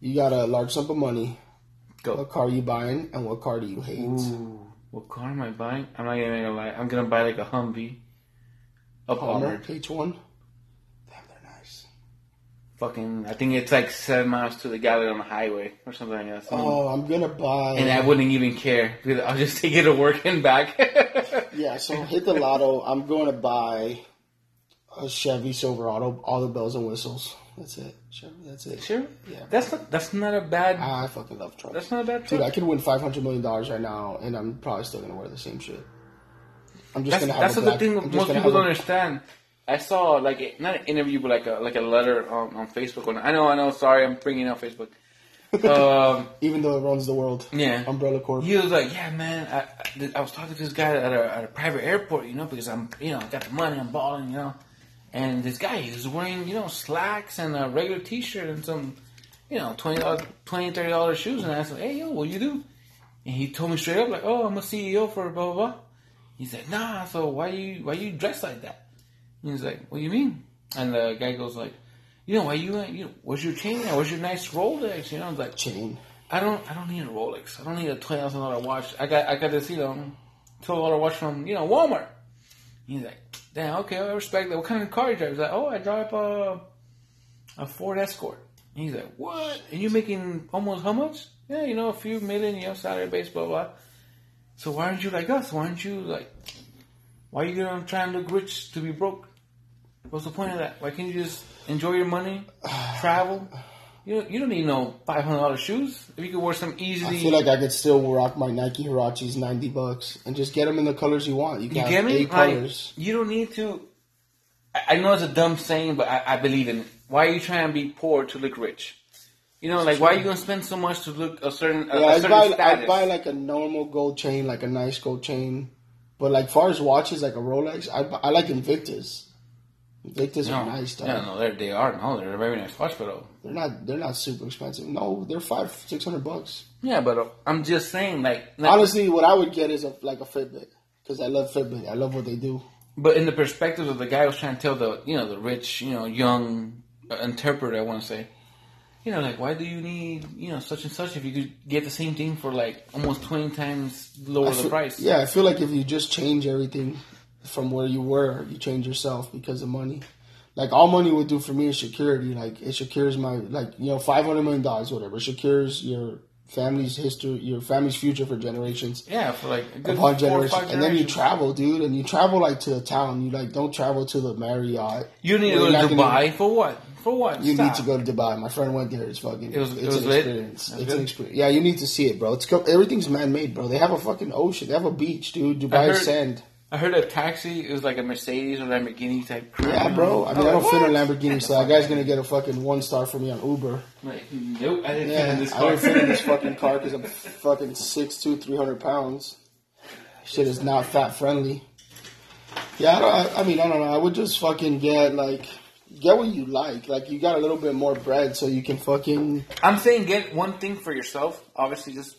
S1: You got a large sum of money.
S2: Go.
S1: What car you buying, and what car do you hate?
S2: Ooh, what car am I buying? I'm not even gonna lie. I'm gonna buy like a Humvee, a
S1: Palmer
S2: Palmer.
S1: H one. Damn, they're nice.
S2: Fucking, I think it's like seven miles to the gallery on the highway or something like that. Some-
S1: Oh, I'm gonna buy.
S2: and I wouldn't even care because I'll just (laughs) take it to work and back. (laughs)
S1: yeah, so hit the lotto. I'm going to buy a Chevy Silverado. All the bells and whistles. That's it. Chevy. That's it.
S2: Sure.
S1: Yeah.
S2: That's not that's not a bad
S1: I fucking love trucks.
S2: that's not a bad
S1: Dude, I
S2: truck.
S1: could win five hundred million dollars right now, and I'm probably still gonna wear the same shit. I'm just
S2: That's,
S1: gonna have.
S2: that's
S1: a
S2: the
S1: black,
S2: thing
S1: I'm
S2: that
S1: just
S2: most
S1: gonna
S2: people don't
S1: have a-
S2: understand. I saw like a, not an interview but like a like a letter on, on Facebook. And I know I know. Sorry, I'm bringing up (laughs) Facebook.
S1: (laughs)
S2: um,
S1: Even though it runs the world.
S2: Yeah.
S1: Umbrella Corp.
S2: he was like, "Yeah, man, I, I, th- I was talking to this guy at a, at a private airport, you know, because I'm you know I got the money, I'm balling, you know." And this guy, he was wearing you know slacks and a regular T-shirt and some you know twenty dollars, twenty thirty dollars shoes. And I said, "Hey, yo, what you do?" And he told me straight up, like, "Oh, I'm a CEO for blah blah." blah. He's like, "Nah, so why you why you dress like that?" And he's like, "What do you mean?" And the guy goes like, "You know why you ain't- you know, where's your chain? at? Where's your nice Rolex?" You know, I was like,
S1: chain.
S2: I don't I don't need a Rolex. I don't need a twenty thousand dollar watch. I got I got this, you know, twelve dollar watch from, you know, Walmart. He's like, Damn, okay, I respect that. What kind of car you drive? He's like, Oh, I drive a a Ford Escort. And he's like, What? And you're making almost how much? Yeah, you know, a few million, you know, salary base, blah blah. So why aren't you like us? Why aren't you like why are you gonna try and look rich to be broke? What's the point of that? Why can't you just enjoy
S1: (sighs)
S2: your money, travel? You don't, you don't need no five hundred dollars shoes. If you could wear some
S1: I
S2: easily,
S1: feel like I could still rock my Nike Hirachis ninety bucks and just get them in the colors you want. You
S2: you
S1: got
S2: get me?
S1: eight
S2: Like
S1: colors.
S2: you don't need to. I- I know it's a dumb saying, but I, I believe in it. Why are you trying to be poor to look rich? You know, like why are you gonna spend so much to look a certain a,
S1: Yeah,
S2: a
S1: I'd
S2: certain
S1: buy,
S2: status?
S1: I'd buy like a normal gold chain, like a nice gold chain. But like far as watches, like a Rolex, I, I like Invictus. Invictus
S2: no,
S1: are nice, dog.
S2: no, no, they're, they are no, they're a very nice watch, but oh,
S1: They're not they're not super expensive. No, they're five six hundred bucks.
S2: yeah, but uh, I'm just saying, like, not-
S1: Honestly, what I would get is a, like a Fitbit because I love Fitbit. I love what they do.
S2: But in the perspective of the guy who's trying to tell the you know the rich you know young uh, interpreter, I want to say, you know like why do you need you know such and such if you could get the same thing for like almost twenty times lower
S1: I
S2: the
S1: feel-
S2: price?
S1: Yeah, I feel like if you just change everything from where you were, you change yourself because of money. Like all money would do for me is security. Like it secures my like you know five hundred million dollars, whatever. It secures your family's history, your family's future for generations.
S2: Yeah, for like a good four
S1: Upon
S2: or
S1: generation,
S2: five
S1: and then you
S2: generations.
S1: travel, dude, and you travel like to the town. You like don't travel to the Marriott.
S2: You need to
S1: Where
S2: go
S1: you're not
S2: to
S1: gonna-
S2: Dubai for what? For what?
S1: You
S2: Stop.
S1: need to go to Dubai. My friend went there. It's fucking.
S2: It was-
S1: it's
S2: it was
S1: an
S2: lit?
S1: experience.
S2: That's
S1: it's
S2: good.
S1: an experience. Yeah, you need to see it, bro. It's co- everything's man made, bro. They have a fucking ocean. They have a beach, dude. Dubai
S2: heard-
S1: is sand.
S2: I heard a taxi is like a Mercedes or Lamborghini type. crap.
S1: Yeah, bro. I mean, I
S2: was
S1: don't fit
S2: like,
S1: on Lamborghini, so that guy's gonna get a fucking one star for me on Uber.
S2: what? Like, nope, I didn't fit in
S1: Yeah,
S2: this
S1: I
S2: car.
S1: don't fit in
S2: (laughs)
S1: this fucking car because I'm fucking 6'2", 300 pounds. Shit is not fat friendly. Yeah, I, don't, I, I mean, I don't know. I would just fucking get like get what you like. Like you got a little bit more bread, so you can fucking
S2: I'm saying get one thing for yourself. Obviously, just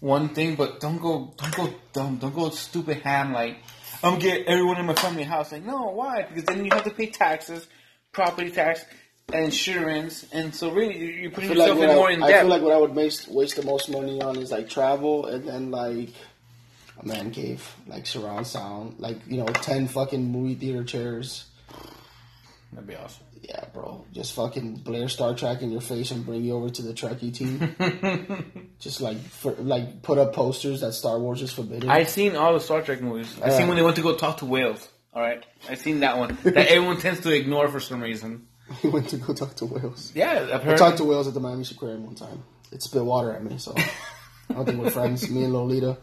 S2: one thing, but don't go, don't go dumb, don't go stupid ham. Like I'm gonna get everyone in my family house. Like no, why? Because then you have to pay taxes, property tax, insurance, and so really you- you're putting
S1: feel like
S2: yourself
S1: what
S2: in more
S1: I,
S2: in
S1: I
S2: debt.
S1: feel like what I would waste, waste the most money on is like travel and then like a man cave, like surround sound, like you know ten fucking movie theater chairs.
S2: That'd be awesome.
S1: Yeah, bro, just fucking blare Star Trek in your face and bring you over to the Trekkie team.
S2: (laughs)
S1: just like for, like put up posters that Star Wars is forbidden.
S2: I seen all the Star Trek movies. I seen
S1: Yeah.
S2: when they went to go talk to whales. All right, I seen that one
S1: (laughs)
S2: that everyone tends to ignore for some reason.
S1: (laughs) we went to go talk to whales.
S2: Yeah, I've
S1: I
S2: heard.
S1: talked to whales at the Miami Aquarium one time. It spit water at me, so I don't think we're friends. Me and Lolita,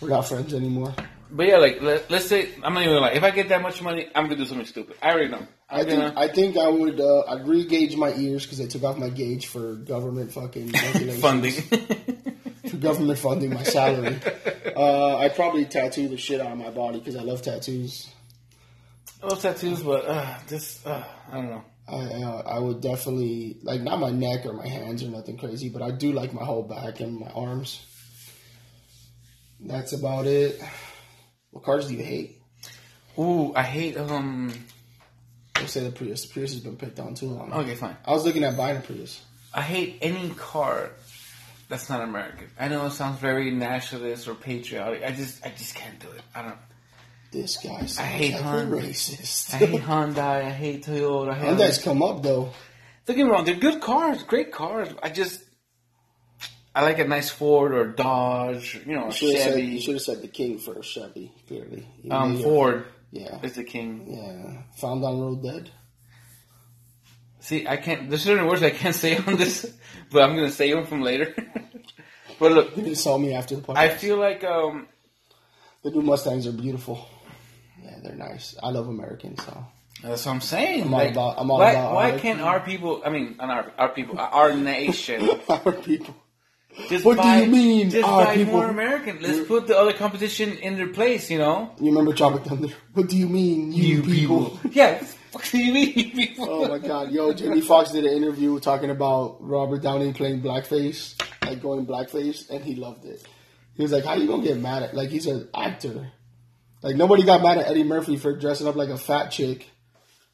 S1: we're not friends anymore.
S2: But yeah, like let, let's say I'm not even gonna lie. If I get that much money, I'm gonna do something stupid. I already know. I'm
S1: I think
S2: gonna-
S1: I think I would uh, I'd re-gauge my ears because I took off my gauge for government fucking regulations.
S2: funding.
S1: for (laughs) government funding my salary. uh, I'd probably tattoo the shit out of my body because I love tattoos.
S2: (laughs) I love tattoos, but uh, this uh, I don't know.
S1: I uh, I would definitely like not my neck or my hands or nothing crazy, but I do like my whole back and my arms. That's about it. What cars do you hate?
S2: Ooh, I hate um.
S1: I say the Prius. The Prius has been picked on too long.
S2: Okay, fine.
S1: I was looking at buying a Prius.
S2: I hate any car that's not American. I know it sounds very nationalist or patriotic. I just I just can't do it. I don't.
S1: This guy sounds
S2: hate
S1: like a
S2: Honda.
S1: racist.
S2: I
S1: (laughs)
S2: (laughs) hate Hyundai. I hate Toyota. I hate
S1: Honda's come up though.
S2: Don't get me wrong, they're good cars, great cars. I just I like a nice Ford or Dodge, you know, a
S1: Should have said, you
S2: Chevy.
S1: should have said the king for Chevy, clearly. You
S2: um,
S1: knew-
S2: Ford
S1: Yeah.
S2: is the king.
S1: Yeah. Found on road dead.
S2: See, I can't. There's certain words I can't (laughs) say on this, but I'm gonna say them from later. (laughs) but look,
S1: You didn't saw me after the podcast.
S2: I feel like um,
S1: the new Mustangs are beautiful. Yeah, they're nice. I love Americans, so.
S2: that's what I'm saying.
S1: I'm all
S2: like,
S1: about- I'm all
S2: why,
S1: about
S2: why
S1: our-
S2: can't our people? I mean, not our our people, our
S1: (laughs)
S2: nation.
S1: Our people.
S2: Just
S1: What do
S2: buy-
S1: you mean,
S2: Just
S1: our
S2: buy
S1: people?
S2: more American. Let's put the other competition in their place. You
S1: (laughs)
S2: know.
S1: You remember Tropic Thunder? What do you mean, you, people?
S2: Yeah, what the fuck do you mean, (laughs) you people?
S1: (laughs) Oh my god, yo, Jamie Foxx did an interview talking about Robert Downey playing blackface, like going blackface, and he loved it. He was like, How you gonna get mad at like he's an actor. Like nobody got mad at Eddie Murphy for dressing up like a fat chick.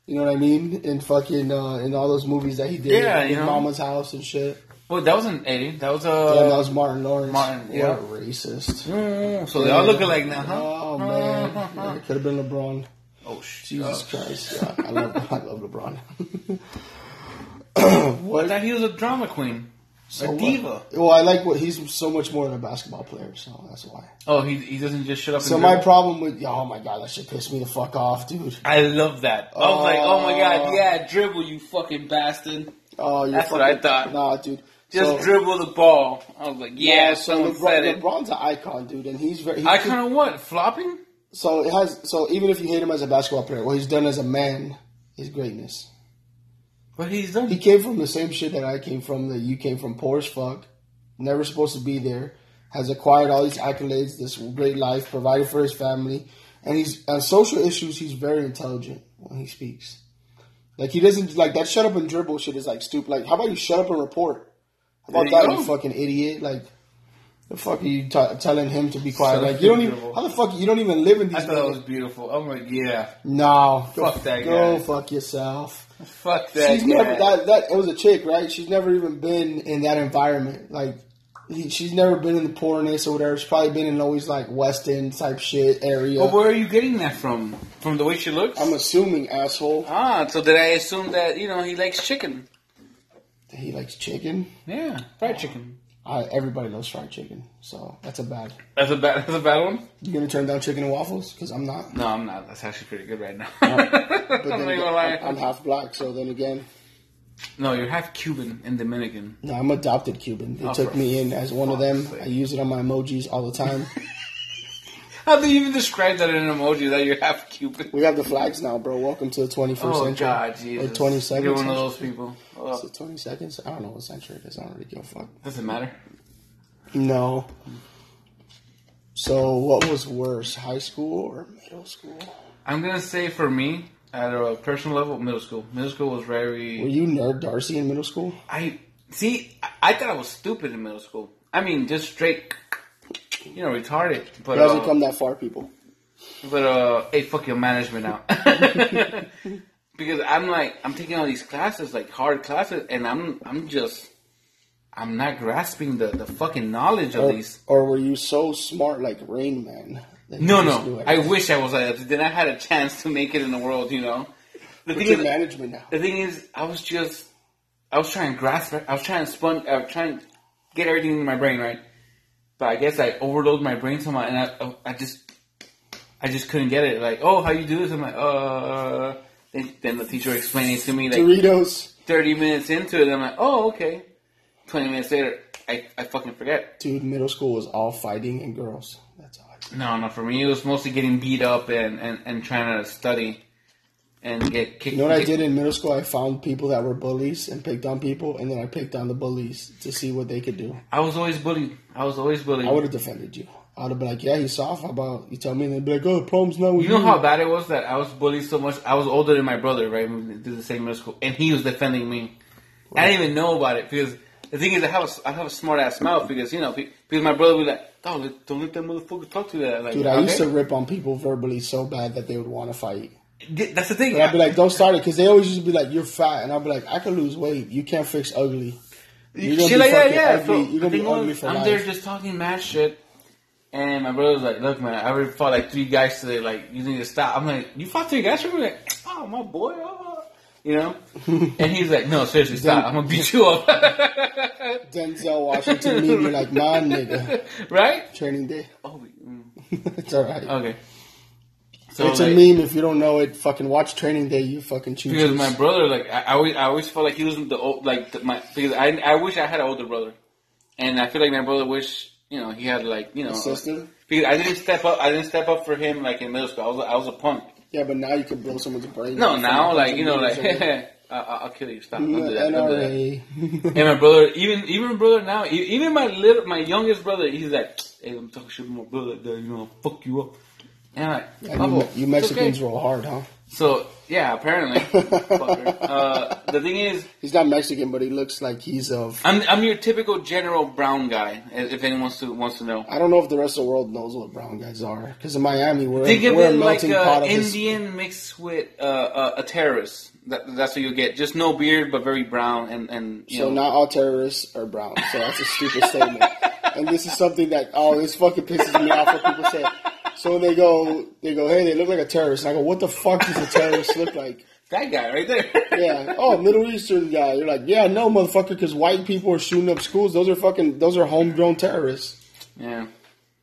S1: You know what I mean? In fucking uh in all those movies that he did
S2: Yeah,
S1: in
S2: you know.
S1: Mama's House and shit.
S2: Well, that wasn't Eddie. That was
S1: Yeah, that
S2: uh.
S1: was Martin Lawrence.
S2: Martin,
S1: what
S2: yeah.
S1: a racist.
S2: mm, so they all look alike now, huh?
S1: Oh man. Yeah, could have been LeBron.
S2: Oh shit!
S1: Jesus Christ. Yeah, I love (laughs) I love LeBron.
S2: What? I thought he was a drama queen, a
S1: what?
S2: diva.
S1: uh, Well, I like what he's so much more than a basketball player, so that's why.
S2: Oh, he he doesn't just shut up.
S1: So
S2: and
S1: my
S2: dribble.
S1: problem with oh my god, that shit pissed me the fuck off, dude.
S2: I love that. I was like, oh my
S1: Oh.
S2: god, yeah, dribble, you fucking bastard.
S1: Oh, you're
S2: That's what
S1: fucking-
S2: I thought.
S1: Nah, dude.
S2: Just
S1: So-
S2: dribble the ball. I was like, yeah,
S1: Nah,
S2: someone
S1: LeBron,
S2: said it.
S1: LeBron's an icon, dude, and he's very. He
S2: I kind of what flopping?
S1: so it has. So even if you hate him as a basketball player, what he's done as a man is greatness.
S2: But he's done.
S1: He came from the same shit that I came from. That you came from, poor as fuck, never supposed to be there. Has acquired all these accolades, this great life, provided for his family, and he's on social issues. He's very intelligent when he speaks. Like he doesn't like that. Shut up and dribble shit is like stupid. Like how about you shut up and report? How about
S2: There you
S1: that, you,
S2: go.
S1: fucking idiot? Like the fuck are you t- telling him to be quiet?
S2: Shut
S1: like
S2: up
S1: you
S2: and
S1: don't even.
S2: dribble.
S1: How the fuck you don't even live in
S2: I
S1: these?
S2: thought that was
S1: buildings?
S2: beautiful. I'm like, yeah,
S1: No, go,
S2: Fuck that
S1: Go
S2: guy.
S1: fuck yourself.
S2: fuck that.
S1: She's never
S2: guy.
S1: that that it was a chick, right? She's never even been in that environment. Like he, she's never been in the poorness or whatever. She's probably been in always like West End type shit area.
S2: Oh, But where are you getting that from? From the way she looks?
S1: I'm assuming asshole.
S2: ah, so did I assume that you know he likes chicken?
S1: He likes chicken.
S2: Yeah, fried chicken.
S1: I, everybody loves fried chicken, so that's a bad.
S2: That's a bad. That's a bad one.
S1: You gonna turn down chicken and waffles? Because I'm
S2: (laughs)
S1: not.
S2: No, I'm not. That's actually pretty good right now.
S1: But
S2: (laughs) I'm
S1: then
S2: not
S1: again,
S2: gonna lie.
S1: I'm, I'm half black, so then again,
S2: no, you're half Cuban and Dominican.
S1: no, I'm adopted Cuban. They
S2: Oh,
S1: took
S2: for
S1: me in as one of them.
S2: fuck's sake.
S1: I use it on my emojis all the time.
S2: How do you even describe that in an emoji that you're half Cuban?
S1: we have the flags now, bro. Welcome to the 21st
S2: Oh
S1: century.
S2: God, Jesus!
S1: 20 seconds.
S2: You're one of those people.
S1: Is
S2: Oh,
S1: it 20 seconds? I don't know what century it is. I don't really give a fuck.
S2: doesn't matter.
S1: No. So what was worse, high school or middle school?
S2: I'm gonna say for me, at a personal level, middle school. Middle school was very.
S1: Were you nerd Darcy in middle school?
S2: I see. I- I thought I was stupid in middle school. I mean, just straight, you know, retarded. But
S1: It doesn't
S2: uh,
S1: come that far, people.
S2: but uh, hey, fuck your management now. (laughs) because I'm like, I'm taking all these classes, like hard classes, and I'm I'm just, I'm not grasping the the fucking knowledge of
S1: Or,
S2: these.
S1: or were you so smart like Rain Man? that you
S2: No,
S1: just knew
S2: no. I
S1: everything?
S2: wish I was like that. Then I had a chance to make it in the world, you know. The
S1: It's
S2: thing
S1: in
S2: is,
S1: management (laughs) now.
S2: the thing is, I was just, I was trying to grasp it. I was trying to spun, I was trying to get everything in my brain, right? But I guess I overloaded my brain somehow, and I, oh, I just, I just couldn't get it. Like, oh, how you do this? I'm like, uh. Then, then the teacher explained it to me like
S1: Doritos,
S2: 30 minutes into it. I'm like, oh, okay. 20 minutes later, I, I fucking forget.
S1: dude. Middle school was all fighting and girls. That's all. I
S2: No, no, for me, it was mostly getting beat up and, and, and trying to study and get kicked.
S1: You know what I
S2: get-
S1: did in middle school? I found people that were bullies and picked on people, and then I picked on the bullies to see what they could do.
S2: I was always bullied. I was always bullied.
S1: I would have defended you. I would have been like, "Yeah, he's soft." How about you tell me? And they'd be like, "Oh, the problem's not with
S2: You know how bad it was that I was bullied so much. I was older than my brother, right? We did the same middle school, and he was defending me. I didn't even know about it because the thing is, I have a s I have a smart ass mouth because you know be- because my brother would be like, don't let, don't let that motherfucker talk to you that. Like,
S1: Dude, I used to
S2: okay?
S1: rip on people verbally so bad that they would want to fight.
S2: Th- That's the thing.
S1: But I'd be like, don't start it, because they always used to be like, you're fat. And I'd be like, I can lose weight. You can't fix ugly. You're gonna
S2: Shit
S1: be
S2: like
S1: fucking ugly.
S2: that, yeah. So
S1: You're
S2: the
S1: gonna be
S2: thing was,
S1: ugly for
S2: I'm
S1: life.
S2: there just talking mad shit, and my brother's like, "Look, man, I already fought like three guys today. Like, you need to stop." I'm like, "You fought three guys?" I'm like, "Oh, my boy." Oh. You
S1: (laughs)
S2: know, and he's like, "No, seriously, stop! I'm gonna beat you up." (laughs)
S1: Denzel Washington, me, and you're like, nah, nigga.
S2: (laughs) right?
S1: Training day. (laughs)
S2: Oh, we- mm.
S1: it's all right.
S2: okay. Oh, So
S1: it's
S2: like,
S1: a meme. If you don't know it, fucking watch Training Day, you fucking choose.
S2: because my brother, like, I, I always, I always felt like he was the old, like, the, my because I, I wish I had an older brother, and I feel like my brother wish, you know, he had like, you know,
S1: sister.
S2: because I didn't step up, I didn't step up for him like in middle school. I was, I was a punk.
S1: Yeah, but now you can blow someone's brain.
S2: No,
S1: out.
S2: now, like, you know,
S1: (laughs)
S2: like,
S1: Yeah,
S2: I, (laughs) I- I'll kill you. Stop. Don't do that. Don't do that. (laughs)
S1: NRA.
S2: And my brother, even even my brother now, e- even my little, my youngest brother, he's like, "Hey, I'm talking shit to my brother. duh, You know, I'll fuck you up." And I'm like,
S1: And you,
S2: "Pablo,
S1: you
S2: it's
S1: Mexicans
S2: okay."
S1: roll hard, huh?
S2: So yeah,
S1: (laughs)
S2: apparently. Fucker. uh, the thing is,
S1: He's not Mexican, but he looks like he's of.
S2: I'm I'm your typical General Brown guy. i- If anyone wants to wants to know,
S1: I don't know if the rest of the world knows what brown guys are, because in Miami we're,
S2: think of
S1: we're a
S2: it like
S1: melting pot
S2: uh,
S1: of this.
S2: Indian mixed with uh, uh, a terrorist. That, that's what you get. Just no beard, but very brown and and you
S1: So
S2: know.
S1: not all terrorists are brown. So that's a
S2: (laughs)
S1: stupid statement. And this is something that oh, this fucking pisses me off when people say. it. So when they go, they go, hey, they look like a terrorist. And I go, what the fuck does a terrorist look like?
S2: that guy right there. (laughs)
S1: Yeah. Oh, Middle Eastern guy. You're like, yeah, no, motherfucker, because white people are shooting up schools. Those are fucking. Those are homegrown terrorists.
S2: yeah.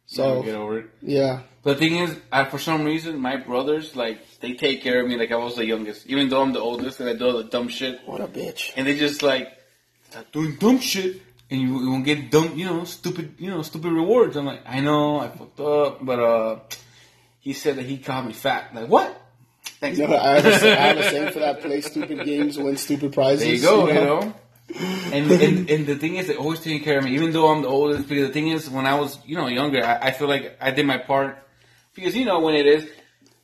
S1: So-
S2: Never get over it.
S1: Yeah.
S2: The thing is, I, for some reason, my brothers like they take care of me like I was the youngest, even though I'm the oldest and I do all the dumb shit.
S1: What a bitch.
S2: and they just like stop doing dumb shit, and you, you won't get dumb, you know, stupid, you know, stupid rewards. I'm like, I know, I fucked up, but uh, he said that he called me fat. Like what? Thanks.
S1: You know, I have, the same, I have the same for that. Play stupid games, win stupid prizes.
S2: there you go, you know. And, and and the thing is, they always taking care of me, even though I'm the oldest. Because the thing is, when I was you know younger, I, I feel like I did my part. Because you know when it is,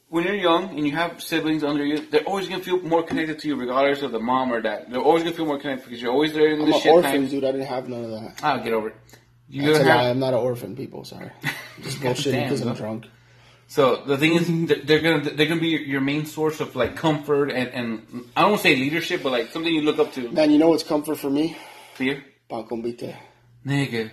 S2: when you're young and you have siblings under you, they're always gonna feel more connected to you, regardless of the mom or dad. They're always gonna feel more connected because you're always there in
S1: I'm
S2: the
S1: an
S2: shit
S1: orphan,
S2: times.
S1: dude. I didn't have none of that.
S2: I'll Ah, get over it. You
S1: That's a
S2: don't
S1: lie.
S2: have,
S1: I'm not an orphan, people.
S2: (laughs)
S1: Sorry. Just bullshitting
S2: Damn,
S1: because I'm
S2: bro.
S1: drunk.
S2: so the thing is, they're- they're gonna they're gonna be your- your main source of like comfort and and I don't want to say leadership, but like something you look up to.
S1: Man, you know what's comfort for me?
S2: Fear,
S1: Pan con vite.
S2: nigga.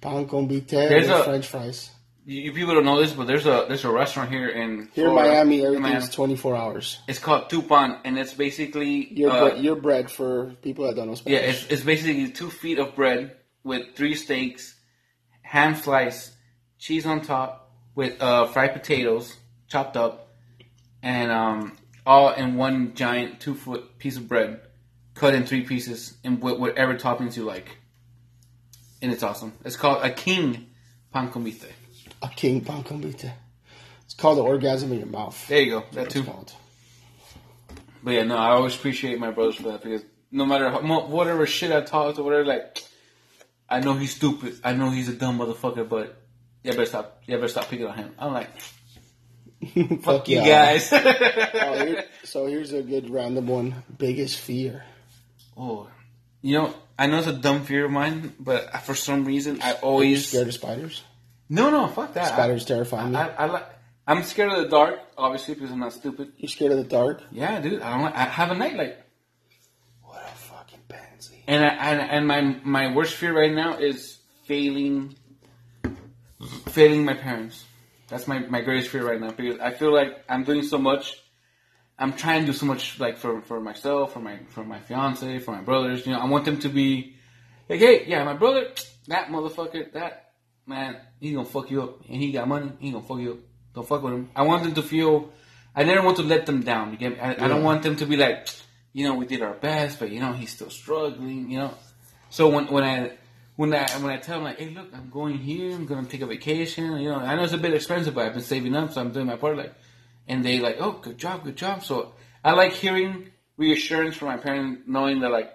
S1: Pan con vite
S2: There's
S1: and
S2: a-
S1: French fries.
S2: You, you people don't know this, but there's a there's a restaurant here in
S1: Here in
S2: Florida,
S1: Miami,
S2: in
S1: everything's
S2: Miami.
S1: 24 hours.
S2: It's called tupan, and it's basically
S1: Your
S2: uh,
S1: bre- your bread for people that don't know
S2: yeah,
S1: Spanish.
S2: it's, it's basically two feet of bread with three steaks, ham slice, cheese on top, with uh, fried potatoes chopped up, and um, all in one giant two foot piece of bread, cut in three pieces, and with whatever toppings you like. And it's awesome. It's called a king pan comite.
S1: A king pan convite. It's called the orgasm in your mouth.
S2: There you go. That
S1: It's
S2: too.
S1: called.
S2: But yeah, no, I always appreciate my brothers for that because no matter how, mo- whatever shit I talk or whatever, like I know he's stupid, I know he's a dumb motherfucker, but yeah, better stop, yeah, better stop picking on him. I'm like,
S1: Fuck,
S2: fuck you
S1: yeah. (laughs)
S2: guys.
S1: Oh, here- so here's a good random one. Biggest fear.
S2: oh, you know, I know it's a dumb fear of mine, but I, for some reason I
S1: You
S2: always
S1: scared of spiders?
S2: no, no, fuck that.
S1: Spiders terrify me.
S2: I, I, I like. I'm scared of the dark, obviously, because I'm not stupid.
S1: You scared of the dark?
S2: Yeah, dude, I don't. Like, I have a nightlight,
S1: What a fucking pansy.
S2: and I, and and my my worst fear right now is failing failing my parents. That's my, my greatest fear right now because I feel like I'm doing so much. I'm trying to do so much like for, for myself, for my for my fiance, for my brothers. You know, I want them to be like, hey, yeah, my brother, that motherfucker, that man, he gonna fuck you up, and he got money, he gonna fuck you up. Don't fuck with him. I want them to feel. I never want to let them down. You get me? I, I don't want them to be like, you know, we did our best, but you know, he's still struggling. You know, so when when I when I when I tell them like, hey, look, I'm going here, I'm gonna take a vacation. You know, I know it's a bit expensive, but I've been saving up, so I'm doing my part. Like, and they like, oh, good job, good job. So I like hearing reassurance from my parents, knowing that like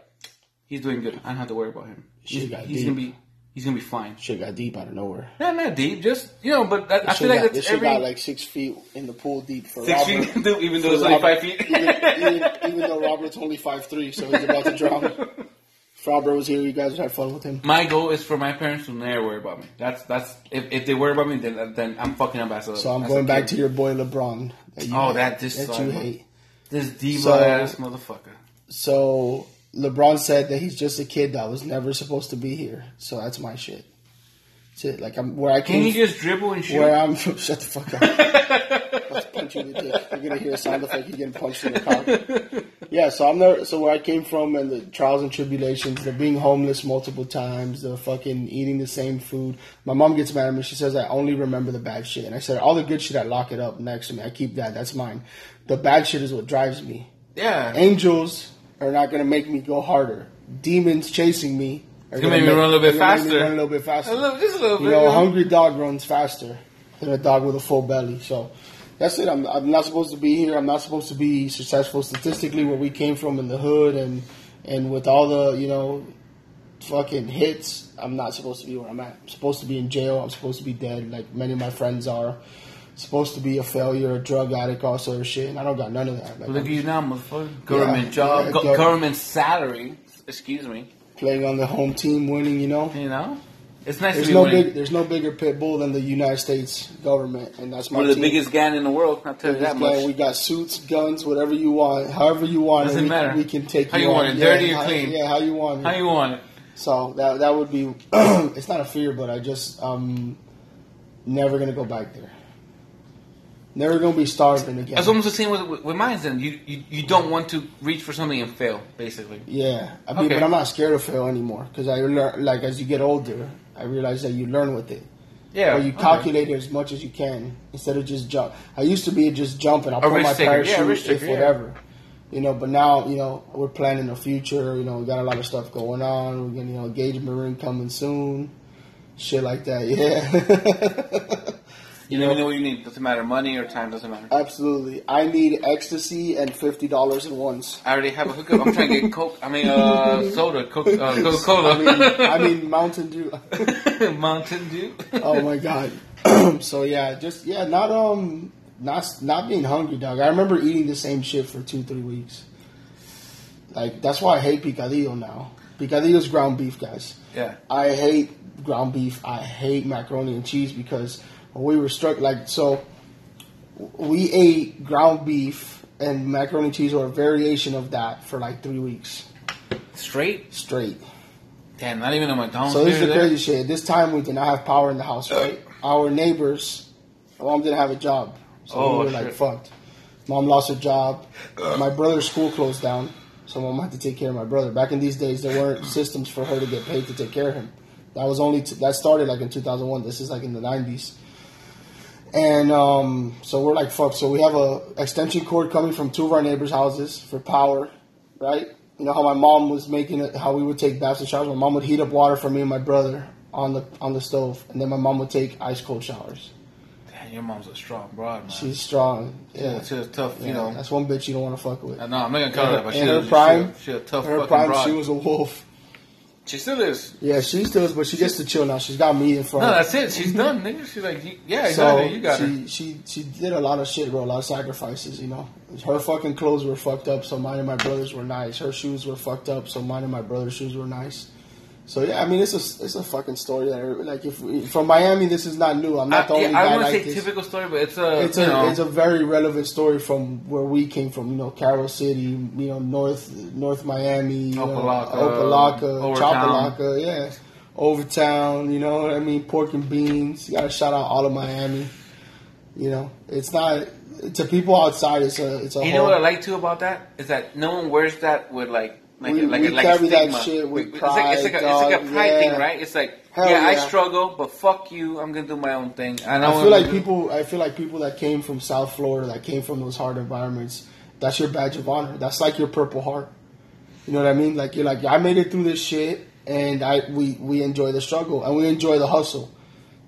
S2: he's doing good. I don't have to worry about him. He's,
S1: Shit got
S2: he's
S1: deep.
S2: gonna be he's gonna be fine.
S1: Shit got deep out of nowhere.
S2: Not not deep, just you know. But that, I
S1: Shit
S2: feel like
S1: got, this
S2: that's
S1: shit
S2: every
S1: got like six feet in the pool deep for
S2: six
S1: Robert. (laughs)
S2: feet, (laughs) dude, even though it's
S1: For
S2: only
S1: Robert. (laughs)
S2: five feet.
S1: even, even, even though Robert's only five three, so he's about to drown. If Robert was here, you guys would have fun with him.
S2: my goal is for my parents to never worry about me. That's that's if, if they worry about me, then then I'm fucking up as a.
S1: So I'm
S2: as a
S1: going back
S2: kid.
S1: to your boy LeBron. That you
S2: Oh,
S1: hate-
S2: that just
S1: that
S2: sucked,
S1: you
S2: man.
S1: hate.
S2: this diva
S1: So-
S2: ass motherfucker.
S1: So LeBron said that he's just a kid that was never supposed to be here. So that's my shit. That's it. Like I'm where I
S2: Can
S1: came.
S2: you just dribble and shoot?
S1: where I'm from. (laughs) Shut the fuck up. Let's punch you in the dick. You're gonna hear a sound effect. You getting punched in the cock. Yeah. So I'm there. So where I came from and the trials and tribulations, the being homeless multiple times, the fucking eating the same food. My mom gets mad at me. She says I only remember the bad shit, and I said all the good shit I lock it up next to me. I keep that. That's mine. The bad shit is what drives me.
S2: yeah,
S1: Angels are not gonna make me go harder. Demons chasing me. are
S2: gonna make me run a little bit
S1: they're gonna make me
S2: faster.
S1: Run a little bit faster.
S2: a little, just a little
S1: You
S2: bit.
S1: know,
S2: you
S1: a
S2: know?
S1: hungry dog runs faster than a dog with a full belly. So that's it. I'm, I'm not supposed to be here. I'm not supposed to be successful statistically where we came from in the hood and and with all the you know fucking hits. I'm not supposed to be where I'm at. I'm supposed to be in jail. I'm supposed to be dead, like many of my friends are. Supposed to be a failure, a drug addict, all sort of shit. And I don't got none of that. Like, I'm
S2: Look at you now, motherfucker. Government
S1: Yeah,
S2: job,
S1: yeah,
S2: go-
S1: go-
S2: government salary. Excuse me.
S1: playing on the home team, winning. You know.
S2: You know, it's nice
S1: There's
S2: to be
S1: no
S2: winning.
S1: big, there's no bigger pit bull than the United States government, and that's my
S2: We're the
S1: team.
S2: biggest gang in the world. I'll tell you that
S1: This
S2: much.
S1: guy, we got suits, guns, whatever you want, however you want.
S2: Doesn't
S1: we,
S2: matter.
S1: We can take
S2: How you want
S1: on.
S2: it, dirty or
S1: how-
S2: clean?
S1: Yeah, how you want it.
S2: How you want it?
S1: so that that would be. (clears throat) it's not a fear, but I just um, never gonna go back there. Never gonna be starving again.
S2: That's almost the same with with, with mine. Then you, you you don't want to reach for something and fail, basically.
S1: yeah, I mean,
S2: Okay.
S1: but I'm not scared of fail anymore because I learn. Like as you get older, I realize that you learn with it.
S2: Yeah.
S1: Or you
S2: okay.
S1: calculate it as much as you can instead of just jump. I used to be just jumping. I'll put
S2: risk
S1: my
S2: taker. Yeah,
S1: parachute
S2: risk
S1: if
S2: taker, yeah.
S1: whatever. You know, but now, you know, we're planning the future. You know, we got a lot of stuff going on. We're going to, you know, engagement ring coming soon. Shit like that, (laughs) yeah.
S2: You never know what you need. Doesn't matter. Money or time doesn't matter.
S1: (laughs) Absolutely. I need ecstasy and $50 at once.
S2: I already have a hookup. I'm trying to get Coke. I
S1: (laughs)
S2: mean, uh, soda, Coke, uh, Coca Cola,
S1: I mean, I
S2: (laughs)
S1: mean Mountain Dew. (laughs)
S2: Mountain Dew.
S1: oh my god. (clears throat) so yeah, just yeah, not um, not not being hungry, dog. I remember eating the same shit for two three weeks. Like that's why I hate picadillo now. Picadillo's ground beef, guys.
S2: Yeah.
S1: I hate ground beef. I hate macaroni and cheese because we were struck like so. We ate ground beef and macaroni and cheese or a variation of that for like three weeks
S2: Straight?
S1: straight.
S2: Damn, not even a McDonald's.
S1: So this is the
S2: here, there.
S1: crazy shit. At this time, we did not have power in the house, right? Our neighbors, my mom didn't have a job, so
S2: Oh,
S1: we were
S2: shit.
S1: like fucked. Mom lost her job. My brother's school closed
S2: (clears throat)
S1: down, so mom had to take care of my brother. Back in these days, there weren't systems for her to get paid to take care of him. That was only t- that started like in 2001. This is like in the 90s. And um, so we're like, fuck. So we have a extension cord coming from two of our neighbors' houses for power, right? You know how my mom was making it, how we would take baths and showers. My mom would heat up water for me and my brother on the on the stove, and then my mom would take ice cold showers.
S2: Damn, your mom's a strong broad, man.
S1: She's strong,
S2: yeah.
S1: yeah.
S2: She was tough,
S1: Yeah,
S2: you know.
S1: that's one bitch you don't want to fuck with.
S2: Uh, No, I'm not gonna call her that, but
S1: In
S2: she
S1: her
S2: was,
S1: prime-
S2: she, was, she was a tough
S1: Her
S2: fucking
S1: prime,
S2: broad.
S1: she was a wolf.
S2: She still is.
S1: Yeah, she still is, but she gets to chill now. She's got me in front.
S2: No, that's it. She's done, nigga. She's like, you- yeah,
S1: so
S2: exactly. you got
S1: she,
S2: her.
S1: she she did a lot of shit, bro. A lot of sacrifices, you know. Her fucking clothes were fucked up, so mine and my brothers were nice. Her shoes were fucked up, so mine and my brother's shoes were nice. So yeah, I mean, it's a it's a fucking story that every- like if we- from Miami, this is not new. I'm not the
S2: I,
S1: only
S2: yeah, I
S1: guy
S2: wouldn't
S1: like
S2: say
S1: this.
S2: typical story, but it's a,
S1: It's
S2: you know,
S1: a it's a very relevant story from where we came from. You know, Carroll City, you know, North North Miami, you know,
S2: Opelika,
S1: Opelika,
S2: Overtown.
S1: Chapalaka, yeah, Overtown. You know, what I mean, pork and beans. You gotta shout out all of Miami. You know, it's not to people outside. It's a it's a
S2: you know
S1: whole.
S2: what I like too about that is that no one wears that with like like
S1: We-
S2: like
S1: we
S2: like
S1: carry
S2: a
S1: that
S2: stigma.
S1: shit with
S2: We- we- it's like, it's like a, it's like a
S1: pride,
S2: pride
S1: dog,
S2: thing,
S1: yeah.
S2: right? It's like
S1: Hell
S2: yeah, I
S1: yeah.
S2: struggle, but fuck you, I'm gonna do my own thing. I don't.
S1: I feel like
S2: wanna do-
S1: people. I feel like people that came from South Florida, that came from those hard environments. That's your badge of honor. That's like your Purple Heart. You know what I mean? Like you're like I made it through this shit, and I we we enjoy the struggle and we enjoy the hustle.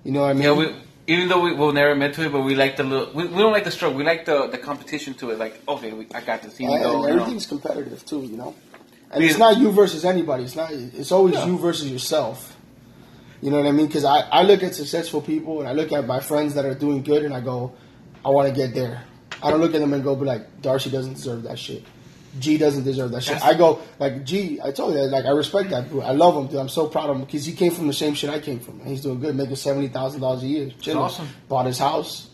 S1: You know what I mean?
S2: Yeah, we, even though we will never admit to it, but we like the little. We, we don't like the struggle. We like the the competition to it. Like okay, we, I got this. Even
S1: and,
S2: though
S1: and
S2: you know.
S1: Uh, everything's competitive too. You know, and
S2: Yeah.
S1: it's not you versus anybody. It's not. It's always
S2: Yeah.
S1: you versus yourself. You know what I mean? Because I I look at successful people and I look at my friends that are doing good and I go, I want to get there. I don't look at them and go be like Darcy doesn't deserve that shit. G doesn't deserve that shit.
S2: That's-
S1: I go like G. I told you like I respect that. dude. I love him, dude. I'm so proud of him because he came from the same shit I came from. And he's doing good, making seventy thousand dollars a year. Chilling.
S2: awesome.
S1: Bought his house,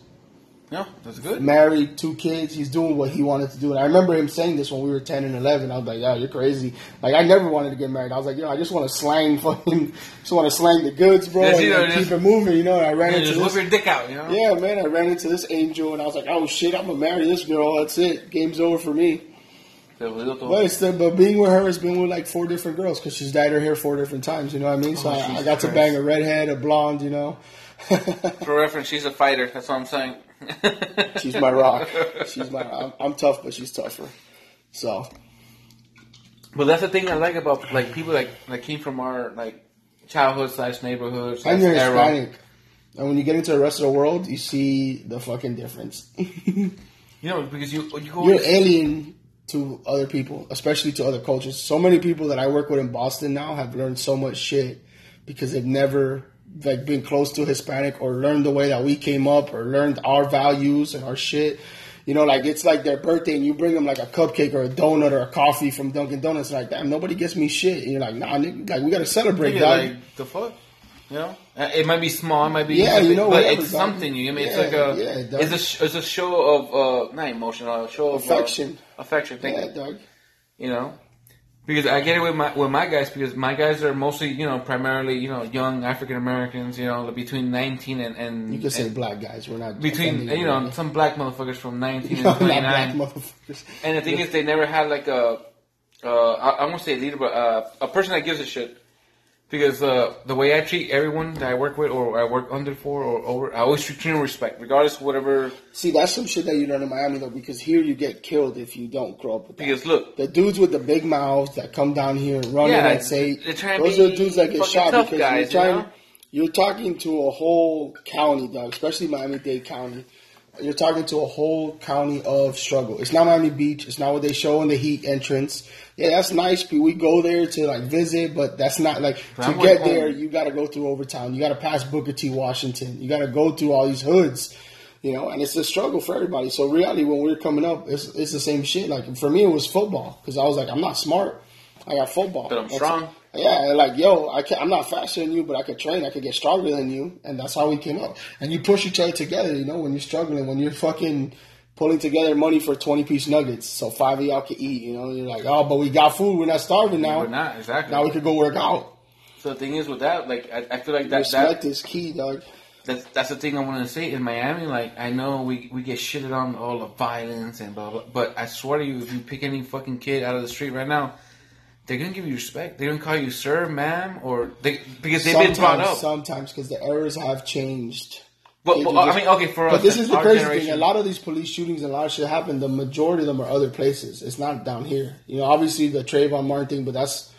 S2: yeah, that's good.
S1: married, two kids. He's doing what he wanted to do. And I remember him saying this when we were 10 and 11. I was like, yo, you're crazy. Like, I never wanted to get married. I was like, yo, I just want to slang (laughs) fucking, just want to slang the goods, bro,
S2: Yes,
S1: and,
S2: you know,
S1: and
S2: just-
S1: keep it moving, you know? And I ran
S2: Yeah,
S1: into
S2: just whip
S1: this.
S2: your dick out, you know.
S1: Yeah, man, I ran into this angel and I was like, oh shit, I'm going to marry this girl. That's it. Game's over for me.
S2: The little-
S1: But, it's the, but being with her has been with like four different girls because she's dyed her hair four different times, you know what I mean? So
S2: Oh,
S1: I, I
S2: Jesus
S1: got to
S2: Christ.
S1: bang a redhead, a blonde, you know? (laughs)
S2: For reference, she's a fighter. That's what I'm saying.
S1: She's my
S2: (laughs)
S1: rock. She's my. I'm, I'm tough, but she's tougher. So
S2: But that's the thing I like about like people like that came from our like childhood slash neighborhood slash
S1: And you're
S2: era.
S1: Hispanic. And when you get into the rest of the world, you see the fucking difference. (laughs)
S2: You know, because you you go
S1: You're alien to other people, especially to other cultures. So many people that I work with in Boston now have learned so much shit because they've never like been close to Hispanic or learned the way that we came up or learned our values and our shit. You know, like it's like their birthday and you bring them like a cupcake or a donut or a coffee from Dunkin' Donuts. Like, damn, nobody gets me shit. And you're like, nah, nigga, like we gotta celebrate,
S2: you're
S1: dog.
S2: like the fuck. You know, Uh, it might be small, it might be
S1: Yeah, you know,
S2: but
S1: whatever,
S2: it's
S1: dog.
S2: something. You I mean, it's
S1: Yeah,
S2: like a
S1: yeah, dog.
S2: it's a sh- it's a show of uh not emotional, a show of uh,
S1: Affection.
S2: affection. Thank
S1: yeah,
S2: you.
S1: dog.
S2: you know because I get it with my with my guys because my guys are mostly you know primarily you know young African Americans you know between 19 and and
S1: You can say
S2: and
S1: black guys. We're not
S2: between
S1: offending
S2: you know
S1: anybody.
S2: some black motherfuckers from
S1: (laughs)
S2: 19
S1: Not
S2: and
S1: black
S2: 29
S1: motherfuckers.
S2: and the thing is they never had like a uh, I, I won't say leader but uh, a person that gives a shit because uh, the way I treat everyone that I work with or I work under for or over I always treat you with respect regardless of whatever
S1: See, that's some shit that you learn in Miami though, because here you get killed if you don't grow up with that.
S2: because look
S1: the dudes with the big mouths that come down here and run
S2: Yeah,
S1: in and say
S2: they're trying to
S1: those
S2: be
S1: are the dudes that get
S2: fucking
S1: shot
S2: tough
S1: because
S2: guys, you
S1: you're trying
S2: know?
S1: you're talking to a whole county, dog, especially Miami Dade County. You're talking to a whole county of struggle. It's not Miami Beach. It's not what they show in the heat entrance. Yeah, that's nice. But we go there to like visit, but that's not like
S2: But
S1: to
S2: I'm
S1: get
S2: going
S1: there.
S2: home.
S1: You got to go through Overtown. You got to pass Booker T. Washington. You got to go through all these hoods, you know. And it's a struggle for everybody. So reality, when we were coming up, it's, it's the same shit. Like for me, it was football because I was like, I'm not smart. I got football,
S2: But I'm strong.
S1: Yeah, and like yo, I can I'm not faster than you, but I could train. I could get stronger than you, and that's how we came up. And you push each other together, you know, when you're struggling, when you're fucking pulling together money for twenty piece nuggets, so five of y'all could eat. You know, you're like, oh, but we got food. We're not starving now.
S2: we're not exactly
S1: Now we could go work out.
S2: so the thing is with that like I, I feel like that that
S1: Respect is key, dog.
S2: that's that's the thing I want to say in Miami. Like I know we we get shitted on all the violence and blah blah, but I swear to you, if you pick any fucking kid out of the street right now, they're gonna give you respect. They're gonna call you sir, ma'am, or they because they've been brought up.
S1: Sometimes, because the errors have changed.
S2: But, but, I mean, okay, for
S1: But
S2: us,
S1: this is the
S2: our
S1: crazy
S2: generation,
S1: thing. A lot of these police shootings and a lot of shit happened. The majority of them are other places. It's not down here. You know, obviously the Trayvon Martin thing, but that's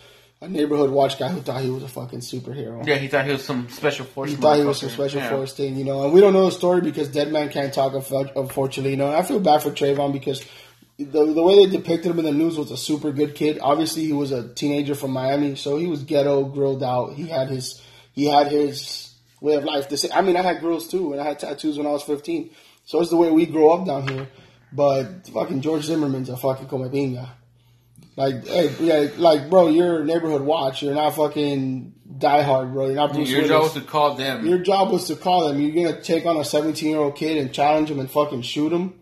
S1: a neighborhood watch guy who thought he was a fucking superhero.
S2: Yeah, he thought he was some special force.
S1: He thought he was some
S2: motherfucker.
S1: special
S2: Yeah.
S1: force thing, you know. And we don't know the story because Dead Man can't talk, unfo- unfortunately. You know, and I feel bad for Trayvon because the the way they depicted him in the news was a super good kid. Obviously, he was a teenager from Miami, so he was ghetto, grilled out. He had his he had his way of life. This, I mean, I had grills too, and I had tattoos when I was fifteen. So it's the way we grow up down here. But fucking George Zimmerman's a fucking comapinga. Like, hey, yeah, like, bro, you're a neighborhood watch. You're not fucking diehard, bro. You're not Bruce
S2: Your
S1: Willis.
S2: job was to call them.
S1: Your job was to call them. You're gonna take on a 17 year old kid and challenge him and fucking shoot him.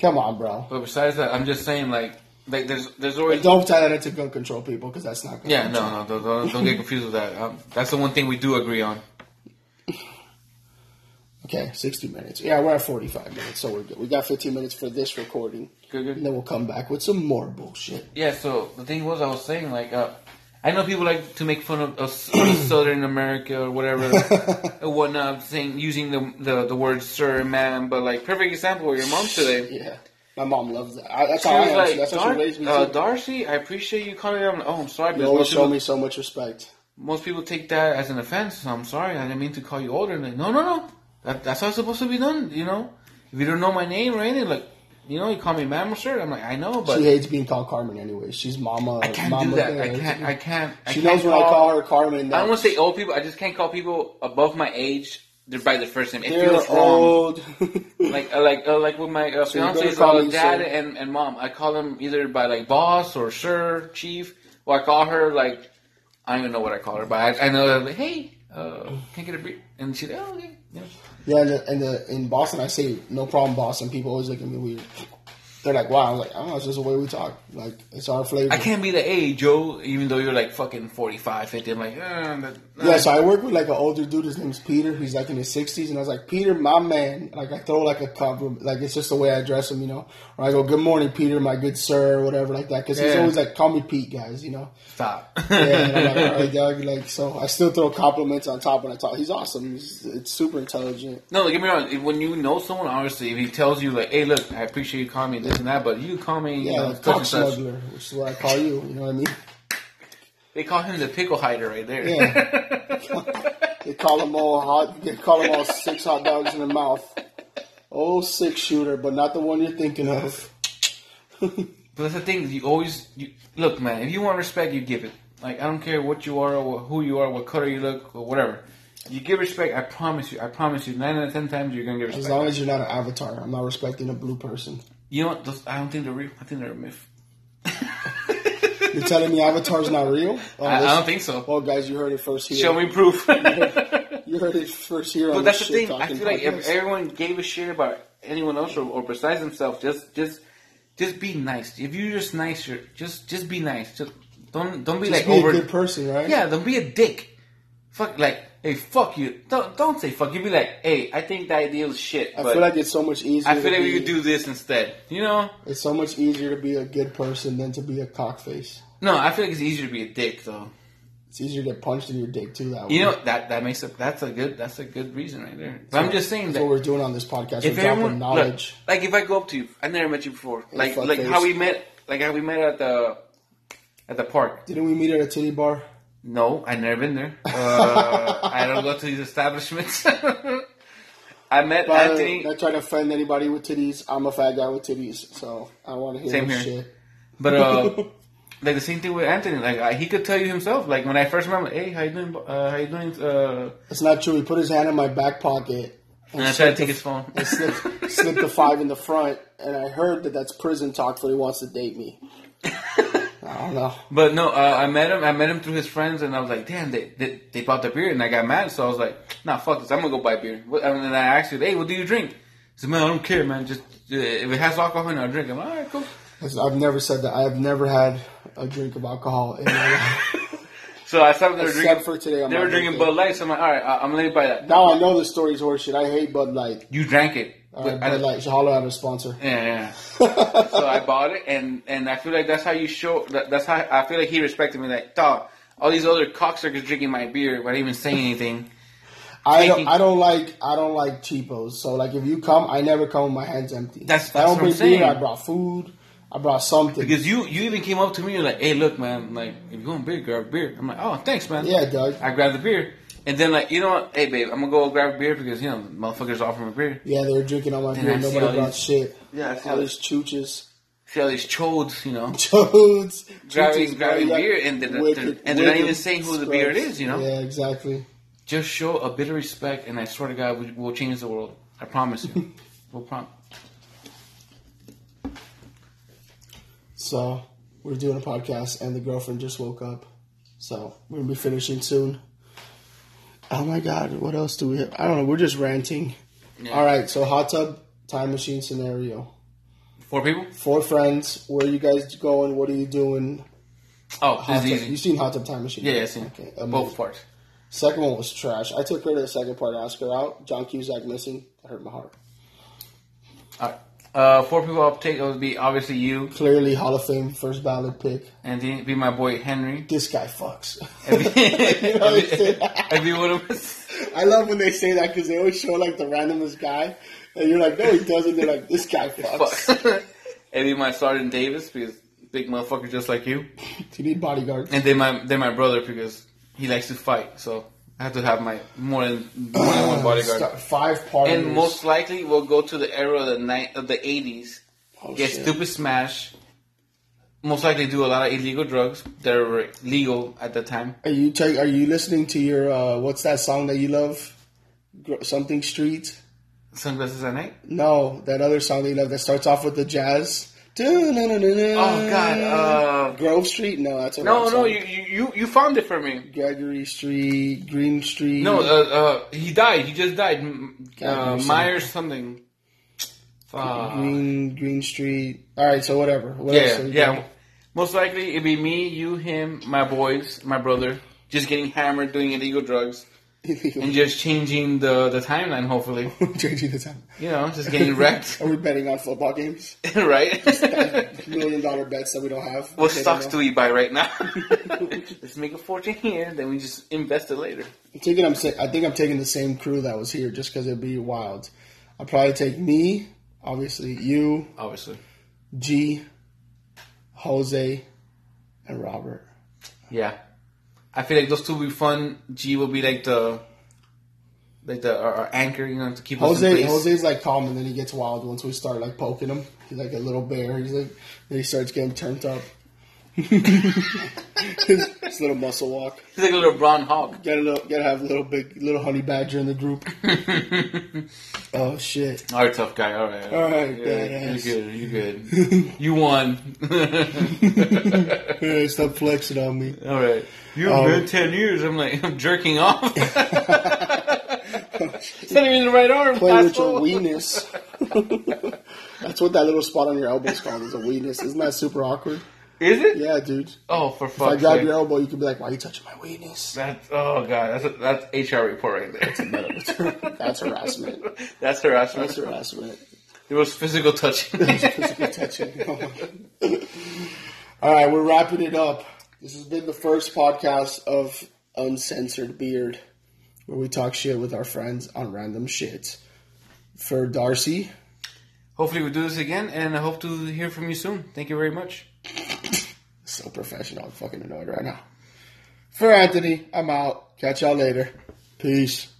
S1: Come on, bro.
S2: but besides that, I'm just saying, like, like there's there's
S1: But
S2: always
S1: don't tie that into gun control, people, because that's not. Gun
S2: yeah,
S1: control.
S2: no, no, don't, don't, don't get confused with that. Um, that's the one thing we do agree on.
S1: Okay, 60 minutes. Yeah, we're at 45 minutes, so we're good. We got 15 minutes for this recording,
S2: Good, good.
S1: and then we'll come back with some more bullshit.
S2: Yeah, so the thing was, I was saying, like, uh, I know people like to make fun of us Southern America
S1: (laughs)
S2: or whatever, and whatnot, saying using the, the the word sir, ma'am, but like perfect example, your mom today.
S1: Yeah, my mom loves that. I, that's
S2: She
S1: how I
S2: was
S1: am.
S2: like,
S1: that's how
S2: "Dar-
S1: she raised me.
S2: uh,
S1: too.
S2: Darcy, I appreciate you calling me. I'm like, oh, I'm sorry,
S1: you
S2: but
S1: always
S2: most
S1: show
S2: people,
S1: me so much respect.
S2: most people take that as an offense. I'm sorry, I didn't mean to call you older. And like, no, no, no, that, that's how it's supposed to be done. You know, if you don't know my name or anything, like, you know, you call me ma'am or sir. I'm like, I know, but
S1: she hates being called Carmen anyway. She's mama.
S2: I can't
S1: mama
S2: do that. I
S1: there.
S2: can't. I can't. I
S1: She
S2: can't
S1: knows when I call her Carmen.
S2: I don't
S1: that
S2: want to say old people. I just can't call people above my age they're by their first name. It
S1: They're
S2: feels wrong.
S1: old.
S2: Like uh, like uh, like with my uh,
S1: you're gonna
S2: fiance's
S1: call
S2: uh,
S1: me
S2: dad
S1: sir.
S2: and, and mom. I call them either by like boss or sir, chief. Or I call her like I don't even know what I call her, but I, I know that like, hey, uh, can I get a beer? And she's like, oh, okay. Yeah.
S1: Yeah, and, the, and the, in Boston, I say no problem, Boston. People always look at me weird. They're like, "Wow!" I'm like, "Oh, it's just the way we talk. Like, it's our flavor."
S2: I can't be the age, Joe, even though you're like fucking 45, 50. I'm like, eh, that,
S1: Yeah, so I work with like an older dude. His name's Peter. He's like in his sixties, and I was like, "Peter, my man." Like, I throw like a compliment. Like, it's just the way I address him, you know. Or I go, "Good morning, Peter, my good sir," or whatever like that. Because he's
S2: Yeah.
S1: always like, "Call me Pete, guys," you
S2: (laughs)
S1: know. (laughs)
S2: stop.
S1: Yeah, and I'm like, all right, dog. Like, so I still throw compliments on top when I talk. He's awesome. He's, it's super intelligent.
S2: No, like, get me wrong. if- When you know someone, honestly, if he tells you like, "Hey, look, I appreciate you calling me this and that," but you call me, you
S1: Yeah,
S2: know,
S1: like
S2: such
S1: cock
S2: and such.
S1: smuggler, which is what I call you. You know what I mean?
S2: They call him the pickle hider right there. (laughs)
S1: (laughs) They call them all hot. They call them all six hot dogs in the mouth. Oh, six shooter, but not the one you're thinking of. (laughs)
S2: but that's the thing. You always you, look, man. If you want respect, you give it. Like I don't care what you are, or who you are, what color you look, or whatever. You give respect. I promise you. I promise you. Nine out of ten times, you're gonna get
S1: As
S2: respect.
S1: long as you're not an avatar, I'm not respecting a blue person.
S2: you know, what? Those- I don't think they're real. I think they're a myth.
S1: You're telling me avatar's not real? Oh,
S2: I, I
S1: this-
S2: don't
S1: (laughs)
S2: think so.
S1: Well, guys, you heard it first here.
S2: Show me proof. (laughs)
S1: (laughs)
S2: but
S1: You heard it first here. on
S2: that's the
S1: this
S2: thing. I
S1: shit-talking
S2: feel like
S1: podcast.
S2: if everyone gave a shit about anyone else or, or besides themselves, just just just be nice. If you're just nice, you're, just just be nice. Just don't don't be
S1: Just
S2: like
S1: be
S2: over.
S1: a good person, right?
S2: Yeah, don't be a dick. Fuck like hey fuck you. Don't don't say fuck. You be like hey I think the idea is shit.
S1: I
S2: but
S1: feel like it's so much easier.
S2: I
S1: to
S2: feel like
S1: be,
S2: we could do this instead. You know?
S1: It's so much easier to be a good person than to be a cockface.
S2: No, I feel like it's easier to be a dick though.
S1: It's easier to get punched in your dick too. That way.
S2: You know that that makes a that's a good that's a good reason right there. But I'm just saying
S1: that's
S2: that
S1: what we're doing on this podcast.
S2: if
S1: we're dropping
S2: everyone look,
S1: knowledge.
S2: like if I go up to you, I never met you before. Like
S1: fuck
S2: like
S1: face.
S2: how we met, like how we met at the at the park.
S1: Didn't we meet at a titty bar?
S2: No, I never been there. Uh, I don't go to these establishments. (laughs) I met
S1: But
S2: Anthony.
S1: I try to offend anybody with titties. I'm a fat guy with titties, so I want to hear
S2: Same
S1: this
S2: here.
S1: shit.
S2: But (laughs) uh, like the same thing with Anthony. Like I, he could tell you himself. Like when I first met him, like, hey, how you doing? bo- Uh, how you doing? Uh,
S1: It's not true. He put his hand in my back pocket
S2: and I tried to take his (laughs) phone.
S1: and slipped, slipped the five in the front, and I heard that that's prison talk for he wants to date
S2: (laughs)
S1: me. I don't know.
S2: (laughs) But no, uh, I met him. I met him through his friends, and I was like, damn, they they, they bought the beer, and I got mad. So I was like, nah, fuck this. I'm gonna go buy beer. What- And then I asked you, hey, what do you drink? He said, man, I don't care, man. Just uh, if it has alcohol, in it, I'll drink. it." I'm like, all right, cool.
S1: Listen, I've never said that. I have never had a drink of alcohol in my life.
S2: So I saw them they were
S1: Except
S2: drinking.
S1: for today on
S2: they
S1: my
S2: were drinking
S1: birthday.
S2: Bud Light. So I'm like, all right, I- I'm late by that.
S1: Now I know the story's horseshit. I hate Bud Light.
S2: You drank it.
S1: All
S2: But
S1: right,
S2: I-
S1: Bud Light. Should holler at a sponsor.
S2: Yeah, yeah. so I bought it, and and I feel like that's how you show. That, that's how I feel like he respected me. Like, dog, all these other cocksuckers drinking my beer without even saying anything.
S1: I
S2: Taking-
S1: don't, I don't like I don't like cheapos. So like if you come, I never come with my hands empty.
S2: That's-
S1: If I
S2: that's
S1: don't
S2: what I'm
S1: bring beer,
S2: saying.
S1: I brought food. I brought something.
S2: Because you you even came up to me, you're like, hey, look, man, like if you want beer, grab beer. I'm like, oh, thanks, man.
S1: yeah, Doug.
S2: I grabbed the beer, and then like, you know what? Hey, babe, I'm gonna go grab a beer because you know motherfuckers offering a beer.
S1: Yeah, they were drinking on my
S2: Then
S1: beer.
S2: I see all
S1: Nobody brought shit.
S2: these- Yeah, I see
S1: all
S2: all-
S1: these chooches, (laughs)
S2: See all these chodes, you know.
S1: chooches,
S2: Grabbing-
S1: chooches,
S2: grabbing
S1: bro.
S2: beer and they're- they're- and they're not even saying who the beer it is, you know?
S1: Yeah, exactly.
S2: Just show a bit of respect, and I swear to God, we, we'll change the world. I promise
S1: (laughs)
S2: you. we'll prom-
S1: So we're doing a podcast, and the girlfriend just woke up. So we're gonna be finishing soon. Oh my god, what else do we have? I don't know. We're just ranting.
S2: Yeah.
S1: All right, so hot tub time machine scenario.
S2: Four people?
S1: Four friends. Where are you guys going? What are you doing?
S2: Oh,
S1: Hot
S2: this
S1: tub.
S2: is easy.
S1: You seen hot tub time machine?
S2: Yeah, yeah, I seen
S1: Okay,
S2: both parts.
S1: Second one was trash. I took her to the second part. Asked her out. John Cusack missing. That hurt my heart.
S2: All right. Uh, four people I'll take. It would be obviously you,
S1: Clearly Hall of Fame first ballot pick.
S2: and then it'd be my boy Henry. (laughs)
S1: This guy fucks. (laughs) You know what I'm (laughs) saying?
S2: It'd be one of us. (laughs)
S1: I love when they say that because they always show like the randomest guy, and you're like, no, he doesn't. They're like, this guy fucks.
S2: Fuck. It'd be my Sergeant Davis because big motherfucker just like you,
S1: You need bodyguards.
S2: and then my then my brother because he likes to fight. So I have to have my more than, more than one bodyguard.
S1: Stop- Five parties.
S2: And most likely we'll go to the era of the night of the eighties.
S1: oh,
S2: Get
S1: shit.
S2: stupid smash. Most likely do a lot of illegal drugs that were legal at the time.
S1: Are you take? Are you listening to your uh, what's that song that you love? Gr- Something Street.
S2: Sunglasses at night.
S1: No, that other song that you love that starts off with the jazz.
S2: Oh
S1: Oh
S2: God. Uh,
S1: Grove Street? No, that's a
S2: no,
S1: rap
S2: no,
S1: song.
S2: you, you you- you found it for me.
S1: Gregory Street, Green Street.
S2: No, uh, uh, he died. He just died. M-
S1: God,
S2: Uh,
S1: you're
S2: Myers something. Fuck.
S1: Green Green Street. All right, so whatever. What else
S2: uh, yeah,
S1: are we
S2: yeah.
S1: doing?
S2: Most likely it'd be me, you, him, my boys, my brother, just getting hammered, doing illegal drugs,
S1: (laughs)
S2: and just changing the the timeline. Hopefully,
S1: Changing the time.
S2: you know,
S1: (laughs)
S2: just getting wrecked, (laughs)
S1: Are we betting on football games?
S2: right? (laughs)
S1: Million dollar bets that we don't have.
S2: what
S1: Okay,
S2: stocks
S1: no.
S2: do we buy right
S1: (laughs)
S2: now? Let's make a fortune here, then we just invest it later.
S1: uh, I'm taking. I'm. sa- I think I'm taking the same crew that was here just because it'd be wild. I'll probably take me, obviously you,
S2: Obviously.
S1: G, Jose, and Robert.
S2: Yeah, I feel like those two will be fun. G will be like the like the our, our anchor, you know, to keep us in
S1: Jose.
S2: place.
S1: Jose's like calm, and then he gets wild once we start like poking him. He's like a little bear. He's like. Then he starts getting turned up. (laughs) his, his little muscle walk.
S2: He's like a little brown hog.
S1: Gotta little, gotta have a little big little honey badger in the
S2: (laughs)
S1: group. oh shit.
S2: All right, tough guy. All right,
S1: All right,
S2: yeah, you
S1: badass.
S2: good? You
S1: (laughs)
S2: good? you won.
S1: Hey, stop flexing on me.
S2: all right, you've
S1: Um,
S2: been ten years. I'm like, I'm jerking
S1: (laughs)
S2: (laughs) off. it's not even the right arm.
S1: Play with your
S2: asshole.
S1: weenus. That's what that little spot on your elbow's called is a weenus. Isn't that super awkward?
S2: Is it?
S1: Yeah, dude. If
S2: Oh, for
S1: I
S2: fuck's
S1: grab
S2: sake.
S1: your elbow, you can be like, why are you touching my weenus?
S2: That's oh god, that's a, that's HR report right (laughs) there.
S1: That's harassment.
S2: That's harassment.
S1: That's harassment.
S2: It was physical touching.
S1: (laughs) Physical touching. Oh my God. All right, we're wrapping it up. This has been the first podcast of Uncensored Beard, where we talk shit with our friends on random shit. For Darcy,
S2: Hopefully we do this again, and I hope to hear from you soon. Thank you very much.
S1: so professional. I'm fucking annoyed right now. For Anthony, I'm out. Catch y'all later. Peace.